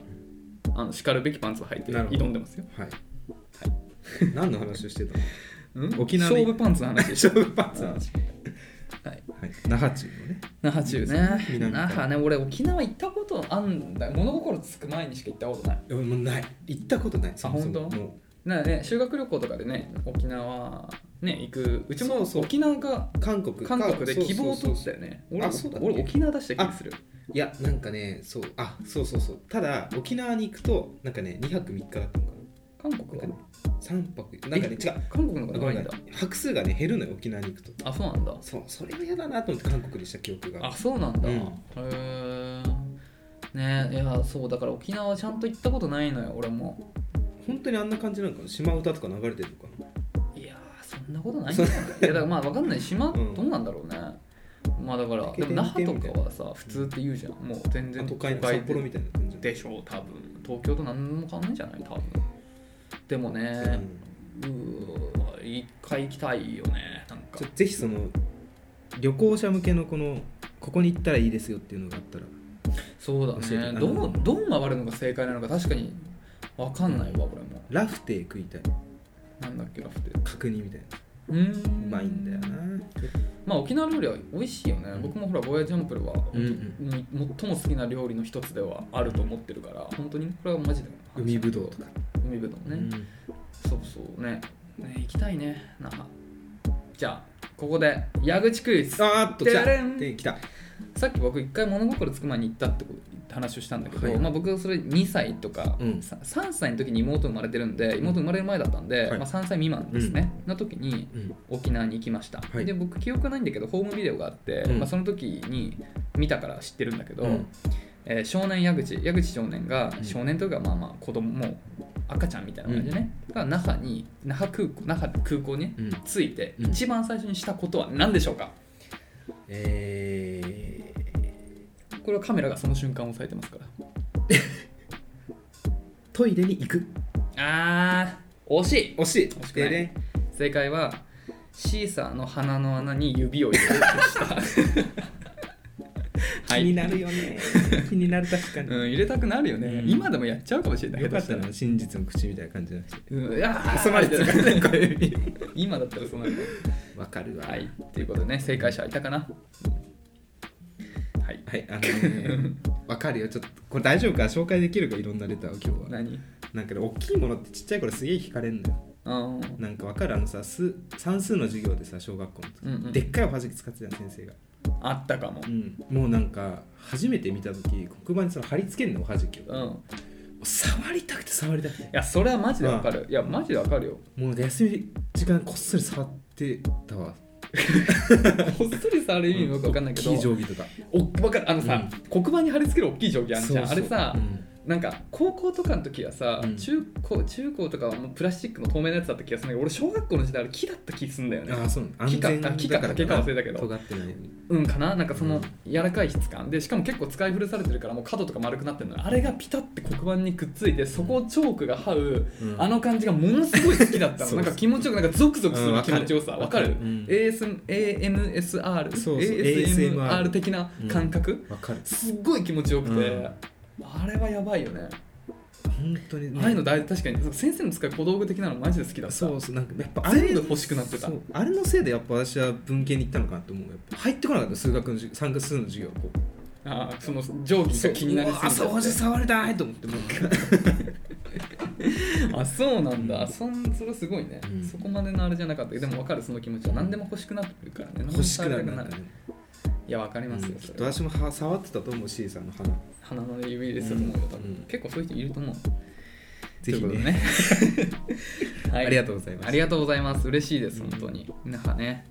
Speaker 2: あのしかるべきパンツを履いて
Speaker 1: なるほど
Speaker 2: 挑んでますよ
Speaker 1: はい、 何の話をしてたの
Speaker 2: ん
Speaker 1: 沖縄の
Speaker 2: 勝負パンツ の話でしょ
Speaker 1: 勝負パンツの話
Speaker 2: はい
Speaker 1: はい、那覇中のね
Speaker 2: 那覇中ね
Speaker 1: 南
Speaker 2: 那覇ね俺沖縄行ったことあんだ物心つく前にしか行ったことない
Speaker 1: いやもうない行ったことないそもそも
Speaker 2: 本当
Speaker 1: も
Speaker 2: なのでね修学旅行とかでね沖縄ね行くうちも
Speaker 1: そうそう
Speaker 2: 沖縄が
Speaker 1: う韓国
Speaker 2: 韓国で
Speaker 1: か
Speaker 2: 希望を
Speaker 1: そう
Speaker 2: 取
Speaker 1: そうそ
Speaker 2: った
Speaker 1: う
Speaker 2: よね
Speaker 1: そう
Speaker 2: 俺
Speaker 1: あそうだっけ
Speaker 2: 俺沖縄出した気がする
Speaker 1: いやなんかねそうあそうそうそうただ沖縄に行くとなんかね2泊3日だったのか
Speaker 2: 韓
Speaker 1: な
Speaker 2: 国
Speaker 1: な
Speaker 2: は
Speaker 1: んかね3泊なんかね違う
Speaker 2: 韓国の方
Speaker 1: ご
Speaker 2: が
Speaker 1: め
Speaker 2: 長い
Speaker 1: ん
Speaker 2: ん
Speaker 1: な
Speaker 2: だ
Speaker 1: さい泊数がね減るのよ沖縄に行くと
Speaker 2: あそうなんだ
Speaker 1: そうそれが嫌だなと思って韓国にした記憶が
Speaker 2: あそうなんだ、
Speaker 1: うん
Speaker 2: へえねいやそうだから沖縄ちゃんと行ったことないのよ俺も
Speaker 1: 本当にあんな感じなんかな島唄とか流れてるのかない
Speaker 2: やーそんなことないんじゃないいやだからまあ分かんない島
Speaker 1: うん
Speaker 2: どうなんだろうね、まあだからでも那覇とかはさ普通って言うじゃんもう全然
Speaker 1: 都会の札幌みたいな感じ
Speaker 2: でしょう多分東京と何も変わんないんじゃない多分でも
Speaker 1: う
Speaker 2: ね
Speaker 1: ん
Speaker 2: うーわ一回行きたいよねなんか
Speaker 1: ちょぜひその旅行者向けのこのここに行ったらいいですよっていうのがあったら
Speaker 2: そうだ
Speaker 1: 教えて
Speaker 2: ねどうどう回るのが正解なのか確かに分かんないわこれも
Speaker 1: ラフテー食いたい
Speaker 2: なんだっけラフテ
Speaker 1: 角煮みたいな
Speaker 2: うー
Speaker 1: うまいんだよな
Speaker 2: まあ沖縄料理は美味しいよね
Speaker 1: うん
Speaker 2: 僕もほらゴーヤチャンプルーは、
Speaker 1: うん
Speaker 2: に最も好きな料理の一つではあると思ってるから本当にこれはマジで
Speaker 1: 海ぶどうとか
Speaker 2: 海ぶどうね、
Speaker 1: うん
Speaker 2: そうそうねね行きたいね那覇じゃあここで矢口クイズ
Speaker 1: あーっと来
Speaker 2: てれん
Speaker 1: たで来た
Speaker 2: さっき僕一回物心つく前に行ったってこと話をしたんだけど、
Speaker 1: はい
Speaker 2: まあ、僕それ2歳とか、
Speaker 1: うん
Speaker 2: さ3歳の時に妹生まれてるんで妹生まれる前だったんで、
Speaker 1: はい
Speaker 2: まあ、3歳未満ですね、の時に
Speaker 1: うん
Speaker 2: 沖縄に行きました、
Speaker 1: はい
Speaker 2: で僕記憶ないんだけどホームビデオがあって、
Speaker 1: うん
Speaker 2: まあ、その時に見たから知ってるんだけど、
Speaker 1: うん
Speaker 2: えー少年矢口矢口少年が
Speaker 1: うん
Speaker 2: 少年というかまあまあ子供もう赤ちゃんみたいな感じでね、が那覇に那覇空港那覇空港にね
Speaker 1: うん
Speaker 2: 着いて
Speaker 1: うん
Speaker 2: 一番最初にしたことは何でしょうか、
Speaker 1: え
Speaker 2: これはカメラがその瞬間を押さえてますから
Speaker 1: ー、トイレに行く
Speaker 2: あー惜しい
Speaker 1: 惜しい
Speaker 2: 惜しくない
Speaker 1: でね
Speaker 2: 正解はシーサーの鼻の穴に指を入れるでした、は
Speaker 1: 気に
Speaker 2: い
Speaker 1: なるよ ね気になる確かに、
Speaker 2: うん、入れたくなるよね、
Speaker 1: うん
Speaker 2: 今でもやっちゃうかもしれない
Speaker 1: よかった
Speaker 2: 下手
Speaker 1: な真実の口みたいな感じの人
Speaker 2: たらうんい やー
Speaker 1: 嘘までつかない
Speaker 2: これ今だったらそうなる
Speaker 1: わかるわ
Speaker 2: はいということでね正解者いたかなはい
Speaker 1: はいあの ねわかるよちょっとこれ大丈夫か紹介できるかいろんなレターを今日は
Speaker 2: 何
Speaker 1: なんかね大きいものってちっちゃい頃すげえ惹かれんのよ
Speaker 2: あー
Speaker 1: なんかわかるあのさ数算数の授業でさ小学校の時、
Speaker 2: うんうん
Speaker 1: でっかいおはじき使ってたの先生が、
Speaker 2: あったかも
Speaker 1: うん、もうなんか初めて見た時黒板にその貼り付けんのおはじきを、
Speaker 2: うん
Speaker 1: も
Speaker 2: いう
Speaker 1: 触りたくて触りたくて
Speaker 2: やそれはマジでわかるいやマジでわかるよ
Speaker 1: もうなんか休み時間こっそり触ってたわ
Speaker 2: ほっそり触る意味もよくわかんないけど
Speaker 1: 大きい定規とか
Speaker 2: おわかるあのさ、黒板に貼り付ける大きい定規あるじゃ
Speaker 1: そ
Speaker 2: ん
Speaker 1: うそう
Speaker 2: あれさ、
Speaker 1: うん
Speaker 2: なんか高校とかの時はさ、
Speaker 1: うん
Speaker 2: 中高中高とかはもうプラスチックの透明なやつだった気がするんだけど俺小学校の時代あれ木だった気すんだよね
Speaker 1: ああそう
Speaker 2: 木か
Speaker 1: だ
Speaker 2: 木か竹か忘れたけど
Speaker 1: 尖ってないように
Speaker 2: うんかななんかその
Speaker 1: うん
Speaker 2: 柔らかい質感でしかも結構使い古されてるからもう角とか丸くなってるのあれがピタって黒板にくっついてそこをチョークが這う、
Speaker 1: うん
Speaker 2: あの感じがものすごい好きだったの
Speaker 1: そうそう
Speaker 2: なんか気持ちよくなんかゾクゾクす
Speaker 1: うん
Speaker 2: る
Speaker 1: わか
Speaker 2: 気
Speaker 1: る
Speaker 2: 持ちよさわかる、
Speaker 1: うん
Speaker 2: ASM AMSR
Speaker 1: そうそう ASMR
Speaker 2: ASMR 的な感覚、
Speaker 1: わかる
Speaker 2: すっごい気持ちよくて、
Speaker 1: うん
Speaker 2: あれはやばいよね
Speaker 1: 本当にね
Speaker 2: ああいうの大確かに先生の使う小道具的なのマジで好きだった
Speaker 1: そうそうなんかやっぱあれ
Speaker 2: 全部欲しくなってた
Speaker 1: そうあれのせいでやっぱ私は文系に行ったのかなと思うやっぱ入ってこなかった数学の授業算数の授業こう
Speaker 2: ああその定規が気になりすぎちゃ
Speaker 1: うわ
Speaker 2: っ
Speaker 1: 掃除触りたいと思ってもう
Speaker 2: てあそうなんだ、
Speaker 1: うん
Speaker 2: そんそれすごいね、
Speaker 1: うん
Speaker 2: そこまでのあれじゃなかったけどでも分かるその気持ちは何でも 欲しくなってくるからね
Speaker 1: 欲しくなる
Speaker 2: 何でも
Speaker 1: な
Speaker 2: 触
Speaker 1: ん
Speaker 2: り
Speaker 1: か
Speaker 2: た
Speaker 1: ね
Speaker 2: いや分かりますよ、
Speaker 1: うんきっ
Speaker 2: そ
Speaker 1: と
Speaker 2: れは
Speaker 1: 私もは触ってたと思う C さんの鼻
Speaker 2: 鼻の指入れてたと思うよ多分、
Speaker 1: うん
Speaker 2: 結構そういう人いると思う
Speaker 1: ぜひ
Speaker 2: ということ
Speaker 1: ね
Speaker 2: で ねはい
Speaker 1: ありがとうございます
Speaker 2: ありがとうございます嬉しいです本当に、なんかね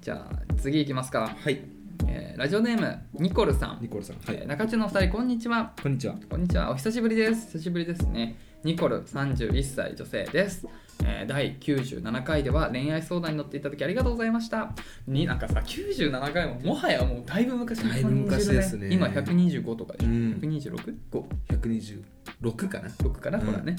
Speaker 2: じゃあ次いきますか、
Speaker 1: はい
Speaker 2: えーラジオネームニコルさん
Speaker 1: ニコルさんは
Speaker 2: えー
Speaker 1: い
Speaker 2: 中中のお二人こんにちは
Speaker 1: こんにちは
Speaker 2: こんにちはお久しぶりです久しぶりですねニコル31歳女性です、えー第97回では恋愛相談に乗っていただきありがとうございましたになんかさ97回ももはやもうだいぶ昔に
Speaker 1: だいぶ昔
Speaker 2: 感じる
Speaker 1: ですね
Speaker 2: 今125とかでしょ、
Speaker 1: うん
Speaker 2: 126?5
Speaker 1: 126かな
Speaker 2: 6かな、
Speaker 1: うん
Speaker 2: これはね、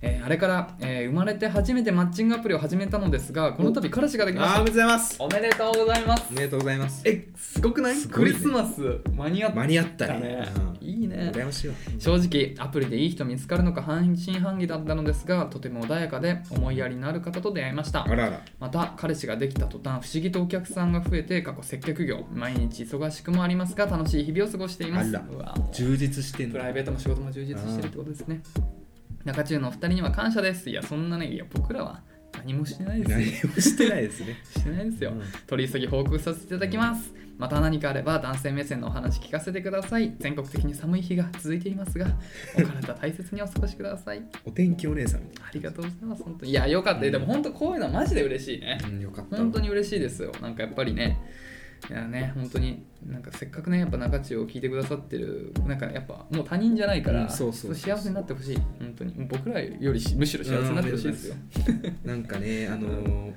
Speaker 2: えーあれから、えー生まれて初めてマッチングアプリを始めたのですがこの度彼氏ができま
Speaker 1: あーお
Speaker 2: し
Speaker 1: めでとうございますお
Speaker 2: たおめでとうございます
Speaker 1: めでとうございます
Speaker 2: えすごくない
Speaker 1: すご
Speaker 2: ク
Speaker 1: いね
Speaker 2: リスマス間に合った
Speaker 1: 間に合ったね
Speaker 2: ね
Speaker 1: うん
Speaker 2: いいね
Speaker 1: 羨ましいわ
Speaker 2: 正直アプリでいい人見つかるのか半信半疑だったのですがとても穏やかで思いやりのある方と出会いました
Speaker 1: あらあら
Speaker 2: また彼氏ができた途端不思議とお客さんが増えて過去接客業毎日忙しくもありますが楽しい日々を過ごしています
Speaker 1: あら
Speaker 2: うわもう
Speaker 1: 充実してん
Speaker 2: プ
Speaker 1: の
Speaker 2: ライベートも仕事も充実してるってことですね中中のお二人には感謝ですいやそんなねいや僕らは何もしてないですよ
Speaker 1: 何もしてない ですね
Speaker 2: してないですよ、
Speaker 1: うん
Speaker 2: 取り急ぎ報告させていただきますまた何かあれば男性目線のお話聞かせてください全国的に寒い日が続いていますがお体大切にお過ごしください
Speaker 1: お天気お姉さんみたい
Speaker 2: ありがとうございます本当にいやよかった、でも本当こういうのはマジで嬉しいね
Speaker 1: な、うん、よかったわ
Speaker 2: 本当に嬉しいですよなんかやっぱりねいやね本当になんかせっかくねやっぱ中中を聞いてくださってるなんかやっぱもう他人じゃないから、
Speaker 1: うんそうそうそう
Speaker 2: 幸せになってほしい本当に僕らよりしむしろ幸せになってほしいですよ、
Speaker 1: なんかね、あのー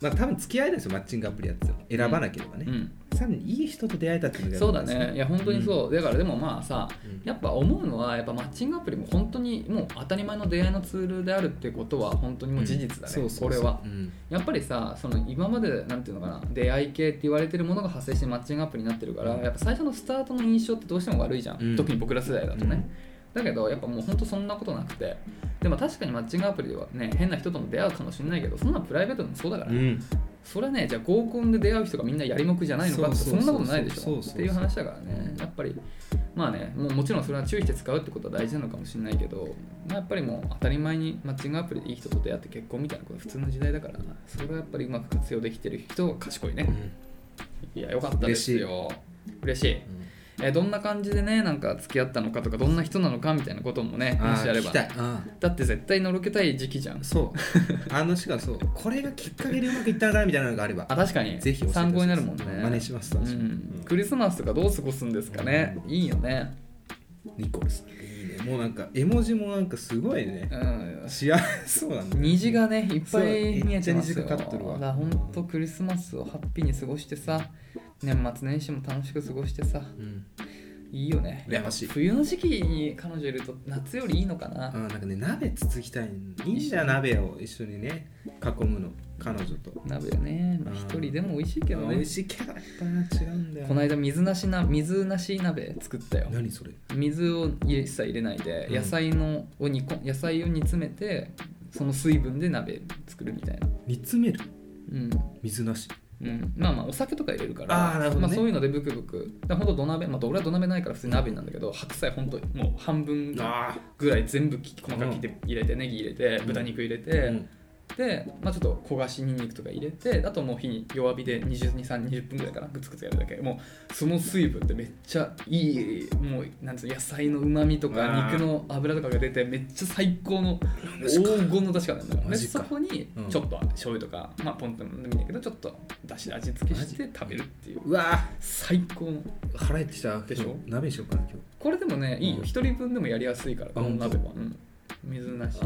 Speaker 1: まあ多分付き合えないですよ、マッチングアプリやってても選ばなければ
Speaker 2: う
Speaker 1: ね。
Speaker 2: ん、
Speaker 1: さらにいい人と出会えたっていうのが
Speaker 2: そうだねいや本当にそう、だからでもまあさ
Speaker 1: うん。うん
Speaker 2: やっぱ思うのはやっぱマッチングアプリも本当にもう当たり前の出会いのツールであるっていうことは本当にもう事実だね、
Speaker 1: そうそうそう
Speaker 2: これは
Speaker 1: うん
Speaker 2: やっぱりさその今までなんていうのかな出会い系って言われてるものが派生してマッチングアプリになってるからやっぱ最初のスタートの印象ってどうしても悪いじゃん、
Speaker 1: うん
Speaker 2: 特に僕ら世代だと
Speaker 1: う
Speaker 2: ね
Speaker 1: ん、
Speaker 2: だけどやっぱもう本当そんなことなくてでも確かにマッチングアプリではね変な人とも出会うかもしれないけどそんなのプライベートでもそうだから、
Speaker 1: うん
Speaker 2: それはねじゃあ合コンで出会う人がみんなやりもくじゃないのかって
Speaker 1: そうそう
Speaker 2: そ
Speaker 1: そうん
Speaker 2: なことないでし
Speaker 1: そうそう
Speaker 2: ょ
Speaker 1: そう
Speaker 2: っていう話だからねやっぱりまあねもうもちろんそれは注意して使うってことは大事なのかもしれないけどまあやっぱりもう当たり前にマッチングアプリでいい人と出会って結婚みたいなことは普通の時代だからそれはやっぱりうまく活用できてる人は賢いねいやよかったですよ嬉しいえーどんな感じでねなんか付き合ったのかとかどんな人なのかみたいなこともね
Speaker 1: あ
Speaker 2: もしあ
Speaker 1: ー
Speaker 2: れ
Speaker 1: 聞
Speaker 2: ば
Speaker 1: きたいあ
Speaker 2: だって絶対のろけたい時期じゃん
Speaker 1: ーそうあのしかそうこれがきっかけでうまくいったのかみたいなのがあれば
Speaker 2: あ確かに
Speaker 1: ぜひ教えてほしい
Speaker 2: 参考になるもんね
Speaker 1: 真似します
Speaker 2: う
Speaker 1: 私
Speaker 2: ん、クリスマスとかどう過ごすんですかね、いいよね、
Speaker 1: ニコルさんいいねもうなんか絵文字もなんかすごいね
Speaker 2: うん、
Speaker 1: 幸せそうなんだ
Speaker 2: 虹がねいっぱい見えてます
Speaker 1: そうめっちゃ虹か
Speaker 2: よ
Speaker 1: かってるわ
Speaker 2: だからほんとクリスマスをハッピーに過ごしてさ年末年始も楽しく過ごしてさ
Speaker 1: うん
Speaker 2: いいよね
Speaker 1: 羨ましい
Speaker 2: 冬の時期に彼女いると夏よりいいのか
Speaker 1: あ
Speaker 2: な、
Speaker 1: ーなんかね鍋つつきたいのいいじゃん鍋を一緒にね囲むの彼女と
Speaker 2: 鍋ねま
Speaker 1: う
Speaker 2: あ
Speaker 1: ん
Speaker 2: 一人でも美味しいけど
Speaker 1: あー美
Speaker 2: ね
Speaker 1: 味しいけどやっぱな違うんだよ
Speaker 2: この間水なしな水なし鍋作ったよ
Speaker 1: 何それ
Speaker 2: 水を入れ一切入れないで
Speaker 1: うん
Speaker 2: 野菜のを煮こ野菜を煮詰めてその水分で鍋作るみたいな
Speaker 1: 煮詰める
Speaker 2: うん
Speaker 1: 水なし
Speaker 2: うん、まあまあお酒とか入れるから
Speaker 1: あーなるほどね
Speaker 2: まあ、そういうのでブクブクだからほんと土鍋、まあ、俺は土鍋ないから普通に鍋なんだけど白菜ほんともう半分
Speaker 1: あ
Speaker 2: ぐらい全部き細かく切って入れてネギ入れて
Speaker 1: うん
Speaker 2: 豚肉入れて、
Speaker 1: うん
Speaker 2: で、まあ、ちょっと焦がしにんにくとか入れてあともう火に弱火で2220分ぐらいかなグツグツやるだけもうその水分ってめっちゃいいもうなんつうの野菜のうまみと
Speaker 1: あ
Speaker 2: か
Speaker 1: ー
Speaker 2: 肉の脂とかが出てめっちゃ最高の黄金の出し方なんだよ
Speaker 1: マ
Speaker 2: で
Speaker 1: ジか
Speaker 2: そこに
Speaker 1: うん
Speaker 2: ちょっと醤油とか、まあポンとでもいいんだけどちょっとだしで味付けして食べるっていう
Speaker 1: うわ
Speaker 2: 最高の
Speaker 1: ー腹減ってきた
Speaker 2: でしょ
Speaker 1: 鍋にしようかな今日
Speaker 2: これでもねいいよ
Speaker 1: うん
Speaker 2: 一人分でもやりやすいからこの鍋は、うん、水なし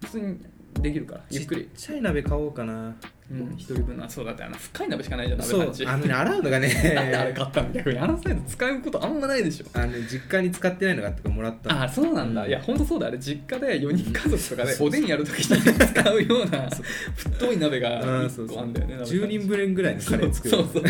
Speaker 2: 普通にできるからゆっくり
Speaker 1: ちっちゃい鍋買おうかな
Speaker 2: うん、一人分あそうだってあの深い鍋しかないじゃん鍋
Speaker 1: そう
Speaker 2: パンチ
Speaker 1: あのね洗うのが
Speaker 2: なんであれ
Speaker 1: ね
Speaker 2: 買ったの逆にあのサイズ使うことあんまないでしょ
Speaker 1: あの実家に使ってないのがあったからもらったの
Speaker 2: あそうなんだ、いや本当そうだあれ実家で4人家族とかでおでんやるときに使うよう な太い鍋が
Speaker 1: うんそう
Speaker 2: 1
Speaker 1: そう
Speaker 2: 個あんだよね
Speaker 1: 10人
Speaker 2: 分
Speaker 1: 分ぐらいのカレー作る
Speaker 2: そうそう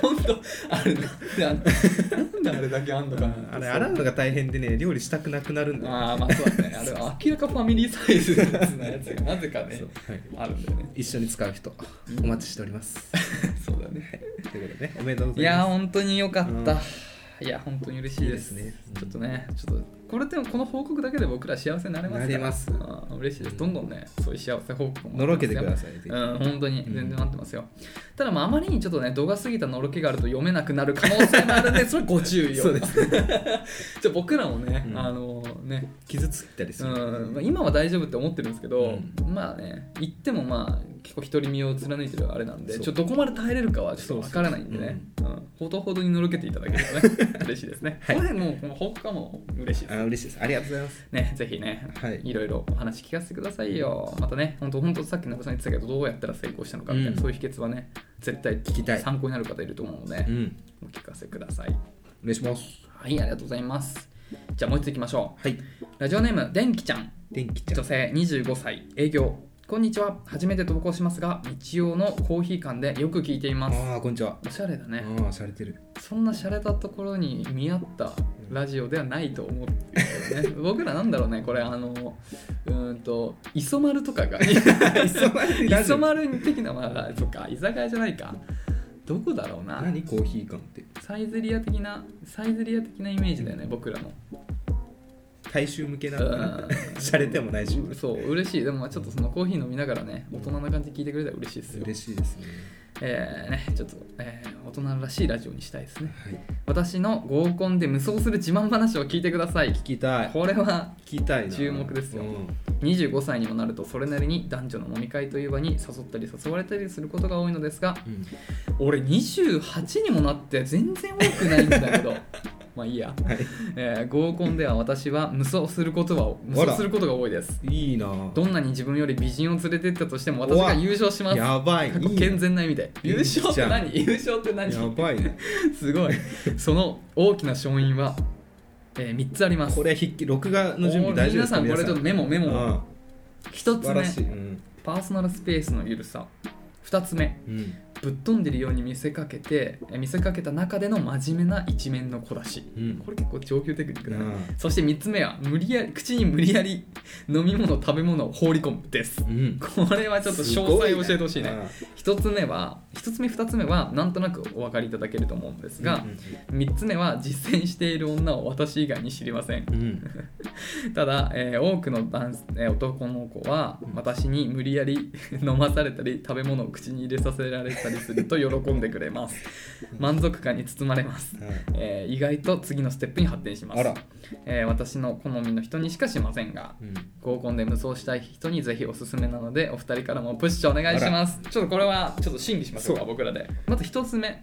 Speaker 2: 本当あれなんであんなんであれだけあんのか
Speaker 1: うん
Speaker 2: な
Speaker 1: あれ洗うのが大変でね料理したくなくなるんだよ
Speaker 2: ああまあそうだねあれ明らかファミリーサイズのやつがなぜかね
Speaker 1: そうはい
Speaker 2: あるんだよね
Speaker 1: 一緒に使う人
Speaker 2: うん
Speaker 1: お待ちしております
Speaker 2: そうだね
Speaker 1: ということ でねおめでとうござ
Speaker 2: い
Speaker 1: い
Speaker 2: やー
Speaker 1: ま
Speaker 2: 本当に良かった、
Speaker 1: うん
Speaker 2: いや本当に嬉
Speaker 1: す
Speaker 2: しいです
Speaker 1: いいですね
Speaker 2: ちょっとねちょっとこれでもこの報告だけで僕ら幸せになれますから
Speaker 1: なれます
Speaker 2: うん嬉しいですどんどんねそういう幸せ報告も
Speaker 1: のろけてくださいぜひ
Speaker 2: うん本当に
Speaker 1: うん
Speaker 2: 全然待ってますよ、ただまああまりにちょっとね度が過ぎたのろけがあると読めなくなる可能性も あるんでそれご注意を
Speaker 1: そうです
Speaker 2: じゃあ僕らもね、
Speaker 1: うん
Speaker 2: あのね、
Speaker 1: 傷ついたりす
Speaker 2: う
Speaker 1: る
Speaker 2: んまあ、今は大丈夫って思ってるんですけど、
Speaker 1: う
Speaker 2: まあね言ってもまあ結構独り身を貫いてるあれなんで
Speaker 1: そう
Speaker 2: ちょっとどこまで耐えれるかはちょっとわからないんでねうんほどほどにのろけていただけると ね嬉しいですね、
Speaker 1: はい
Speaker 2: これもうこの報告はもう嬉しいです
Speaker 1: あ嬉しいですありがとうございます
Speaker 2: ね、ぜひね、
Speaker 1: はい
Speaker 2: いろいろお話聞かせてくださいよ。またね、本当、本当さっき中田さん言ってたけど、どうやったら成功したのかみたいな、
Speaker 1: うん
Speaker 2: そういう秘訣はね、絶対聞
Speaker 1: きたい
Speaker 2: 参考になる方いると思うので、
Speaker 1: うん
Speaker 2: お聞かせください。
Speaker 1: お願いします
Speaker 2: はい、ありがとうございます。じゃあもう一ついきましょ。
Speaker 1: はいう
Speaker 2: ラジオネーム、電気ちゃん。
Speaker 1: 電気ちゃ
Speaker 2: 女
Speaker 1: ん
Speaker 2: 性25歳営業こんにちは初めて投稿しますが日曜のコーヒー館でよく聞いています
Speaker 1: ああこんにちは
Speaker 2: おしゃれだ
Speaker 1: ああ
Speaker 2: ね
Speaker 1: しゃれてる
Speaker 2: そんな洒落たところに見合ったラジオではないと思ってるけど ね僕らなんだろうねこれあのうーんと磯丸とか が
Speaker 1: 磯丸ラジ
Speaker 2: 磯
Speaker 1: オ
Speaker 2: 丸的なまあそっか居酒屋じゃないかどこだろうな
Speaker 1: 何コーヒー感って
Speaker 2: サイゼリア的なサイゼリア的なイメージだよね僕らの
Speaker 1: 大衆向けなのかな
Speaker 2: うん
Speaker 1: 洒落てもないし
Speaker 2: そう嬉しいでもまあちょっとそのコーヒー飲みながらね大人な感じで聞いてくれたら嬉しいですよ
Speaker 1: 嬉しいですね
Speaker 2: えー、ねちょっと、えー大人らしいラジオにしたいですね
Speaker 1: はい
Speaker 2: 私の合コンで無双する自慢話を聞いてください
Speaker 1: 聞きたい
Speaker 2: これは
Speaker 1: 聞きたいな
Speaker 2: 注目ですよ
Speaker 1: うん
Speaker 2: 25歳にもなるとそれなりに男女の飲み会という場に誘ったり誘われたりすることが多いのですが俺28にもなって全然多くないんだ けどまあいいや、
Speaker 1: はい
Speaker 2: えー合コンでは私は無双することは無双することが多いです
Speaker 1: いいな
Speaker 2: どんなに自分より美人を連れてったとしても私が優勝します
Speaker 1: やばいい
Speaker 2: 過去
Speaker 1: い
Speaker 2: 健全な意味で
Speaker 1: いい
Speaker 2: 優勝って
Speaker 1: いい
Speaker 2: 何優勝って
Speaker 1: な
Speaker 2: 何
Speaker 1: やばいね
Speaker 2: すごい。その大きな勝因は、え3つあります。
Speaker 1: これ筆記録画の準備
Speaker 2: お
Speaker 1: 大事で
Speaker 2: 皆
Speaker 1: すか
Speaker 2: さん、これちょっとメモ、メモ。
Speaker 1: うん
Speaker 2: 1
Speaker 1: 素
Speaker 2: つ
Speaker 1: 晴らしい
Speaker 2: 目、
Speaker 1: うん
Speaker 2: パーソナルスペースの緩さ。 2つ目
Speaker 1: うん
Speaker 2: ぶっ飛んでるように見せかけてえ見せかけた中での真面目な一面の小出し
Speaker 1: うん
Speaker 2: これ結構上級テクニックだね
Speaker 1: う
Speaker 2: そして3つ目は無理やり口に無理やり飲み物食べ物を放り込むです
Speaker 1: ん
Speaker 2: これはちょっと詳細を教えてほしいね
Speaker 1: う
Speaker 2: 1つ目は1つ目2つ目はなんとなくお分かりいただけると思うんです
Speaker 1: ん
Speaker 2: が、3つ目は実践している女を私以外に知りません
Speaker 1: うんうん
Speaker 2: ただ、えー多くの男子えー男の子は
Speaker 1: うん
Speaker 2: 私に無理やり 飲まされたり食べ物を口に入れさせられたりすると喜んでくれます満足感に包まれます、えー意外と次のステップに発展します
Speaker 1: あら
Speaker 2: えー私の好みの人にしかしませんが
Speaker 1: うん
Speaker 2: 合コンで無双したい人にぜひおすすめなのでお二人からもプッシュお願いしますちょっとこれはちょっと審議しましょうか
Speaker 1: そう
Speaker 2: 僕らでまず一つ目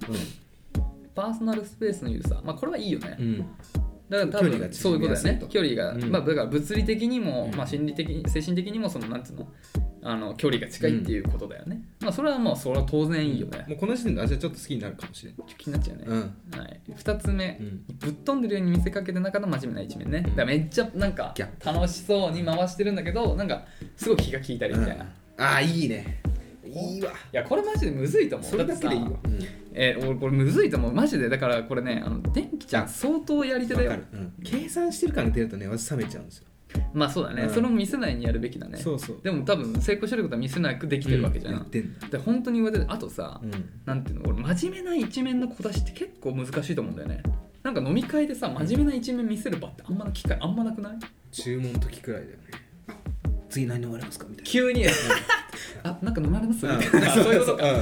Speaker 2: パーソナルスペースのユーザーまあこれはいいよね、
Speaker 1: うん
Speaker 2: だから多
Speaker 1: 距離が
Speaker 2: 分そうい
Speaker 1: 縮み
Speaker 2: うこと
Speaker 1: や
Speaker 2: だよ
Speaker 1: すい
Speaker 2: ね
Speaker 1: と
Speaker 2: 距離が、
Speaker 1: うん
Speaker 2: まあだから物理的にも、
Speaker 1: うん
Speaker 2: まあ心理的に精神的にもそのなんつうのあの距離が近いっていうことだよね、まあそれはもうそれは当然いいよね、
Speaker 1: もうこの時点で味はちょっと好きになるかもしれん
Speaker 2: ちょっと気になっちゃうね、
Speaker 1: うん
Speaker 2: はい、2つ目、
Speaker 1: うん
Speaker 2: ぶっ飛んでるように見せかけて中の真面目な一面ね、
Speaker 1: うん
Speaker 2: だからめっちゃなんか
Speaker 1: ギャップ
Speaker 2: 楽しそうに回してるんだけどなんかすごい気が利いたりみたいな、
Speaker 1: う
Speaker 2: い
Speaker 1: んああいいねいいわ
Speaker 2: やこれマジでむずいと思う
Speaker 1: それだけでいい
Speaker 2: っ
Speaker 1: わ
Speaker 2: てさえー俺これむずいと思うマジでだからこれねあの電気ちゃん相当やり手だ
Speaker 1: わ
Speaker 2: よ
Speaker 1: かるうん計算してる感が出るとね私冷めちゃうんですよ
Speaker 2: まあそうだね、
Speaker 1: うん
Speaker 2: それも見せないにやるべきだね
Speaker 1: そうそう
Speaker 2: でも多分成功してることは見せなくできてるわけじゃん、
Speaker 1: やってんだ
Speaker 2: で本当に言われてあとさ、
Speaker 1: うん
Speaker 2: なんていうの俺真面目な一面の小出しって結構難しいと思うんだよねなんか飲み会でさ真面目な一面見せる場ってあんまな機会あんまなくない
Speaker 1: 注文の時くらいだよね次何飲まれますかみたい
Speaker 2: 急に あなんか飲まれますみ
Speaker 1: な
Speaker 2: たいなそういうことか
Speaker 1: か
Speaker 2: い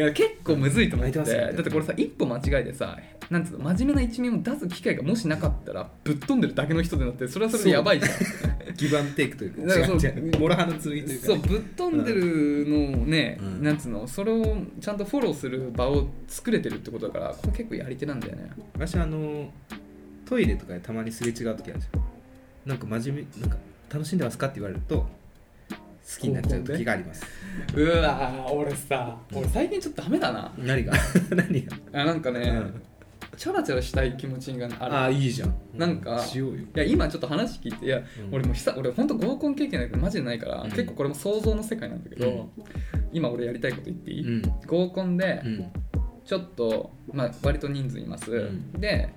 Speaker 2: や結構むずいと思って
Speaker 1: 空いてます
Speaker 2: だってこれさ一歩間違えてさなんていうの真面目な一面を出す機会がもしなかったらぶっ飛んでるだけの人でなってそれはそれでやばいじゃん
Speaker 1: ギブアンドテイクという
Speaker 2: だ
Speaker 1: か
Speaker 2: から
Speaker 1: 違う
Speaker 2: そう
Speaker 1: 違うモラハの剣というか
Speaker 2: そうぶっ飛んでるのをね、
Speaker 1: うん
Speaker 2: なんつうのそれをちゃんとフォローする場を作れてるってことだからこれ結構やり手なんだよね
Speaker 1: 私あのトイレとかでたまにすれ違う時あるじゃんなんか真面目なんか楽しんでますかって言われると好きになっちゃう時があります
Speaker 2: うわー俺さ俺最近ちょっとダメだな
Speaker 1: 何が 何が
Speaker 2: あなんかね、
Speaker 1: うん
Speaker 2: チャラチャラしたい気持ちがある
Speaker 1: ああいいじゃん
Speaker 2: なんか
Speaker 1: しようよ
Speaker 2: いや今ちょっと話聞いていや、
Speaker 1: うん
Speaker 2: 俺もう久俺本当合コン経験ないけどマジでないから、
Speaker 1: うん
Speaker 2: 結構これも想像の世界なんだけど、
Speaker 1: うん
Speaker 2: 今俺やりたいこと言っていうい、
Speaker 1: ん
Speaker 2: 合コンで
Speaker 1: うん
Speaker 2: ちょっと、まあ、割と人数います、
Speaker 1: うん
Speaker 2: で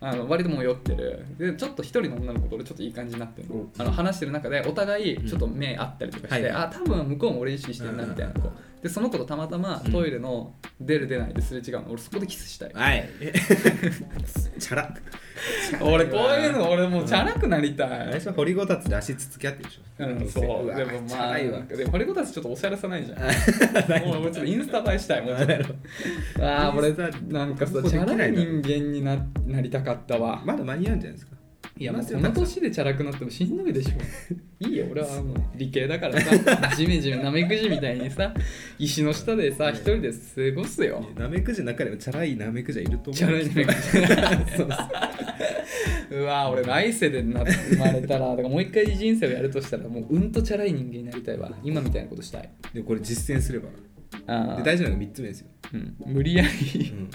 Speaker 2: あの割ともう酔ってるでちょっと一人の女の子と俺ちょっといい感じになってるの
Speaker 1: お
Speaker 2: あの話してる中でお互いちょっと目合ったりとかして、
Speaker 1: うんはい
Speaker 2: あ多分向こうも俺に意識してるなみたいな
Speaker 1: うん
Speaker 2: 子でその子とたまたま
Speaker 1: うん
Speaker 2: トイレの出る出ないですれ違うの俺そこでキスしたい
Speaker 1: はいチャラ
Speaker 2: 俺こういうの俺もうチャラくなりた
Speaker 1: あ
Speaker 2: い
Speaker 1: れでしょ掘りごたつで足つつき合ってるでしょ
Speaker 2: うん、そう
Speaker 1: わ
Speaker 2: でも
Speaker 1: チ
Speaker 2: ま
Speaker 1: ャ
Speaker 2: あ
Speaker 1: ラいわ
Speaker 2: なんかでもこれこたちちょっとおしゃれさないじ ゃんもうもうちょっとインスタ映えしたいもうちょっとああ俺さなんかさ
Speaker 1: ここで
Speaker 2: チ
Speaker 1: きない
Speaker 2: ャ
Speaker 1: だろ
Speaker 2: ラい人間にななりたかったわ
Speaker 1: まだ間に合うんじゃないですか
Speaker 2: いやもう
Speaker 1: まず
Speaker 2: この年でチャラくなってもしんどいでしょ いいよ俺はもう理系だからさジメジメなめくじみたいにさ石の下でさ一人で過ごすよ
Speaker 1: ナメクジの中でもチャラいナメクジはいると思う
Speaker 2: チャラいなめく じうわ俺来世でな生まれたらだからもう一回人生をやるとしたらもううんとチャラい人間になりたいわ今みたいなことしたい
Speaker 1: でもこれ実践すれば
Speaker 2: あ
Speaker 1: で
Speaker 2: ー、
Speaker 1: 大事なのが3つ目ですよ、
Speaker 2: うん、無理や
Speaker 1: う
Speaker 2: り
Speaker 1: ん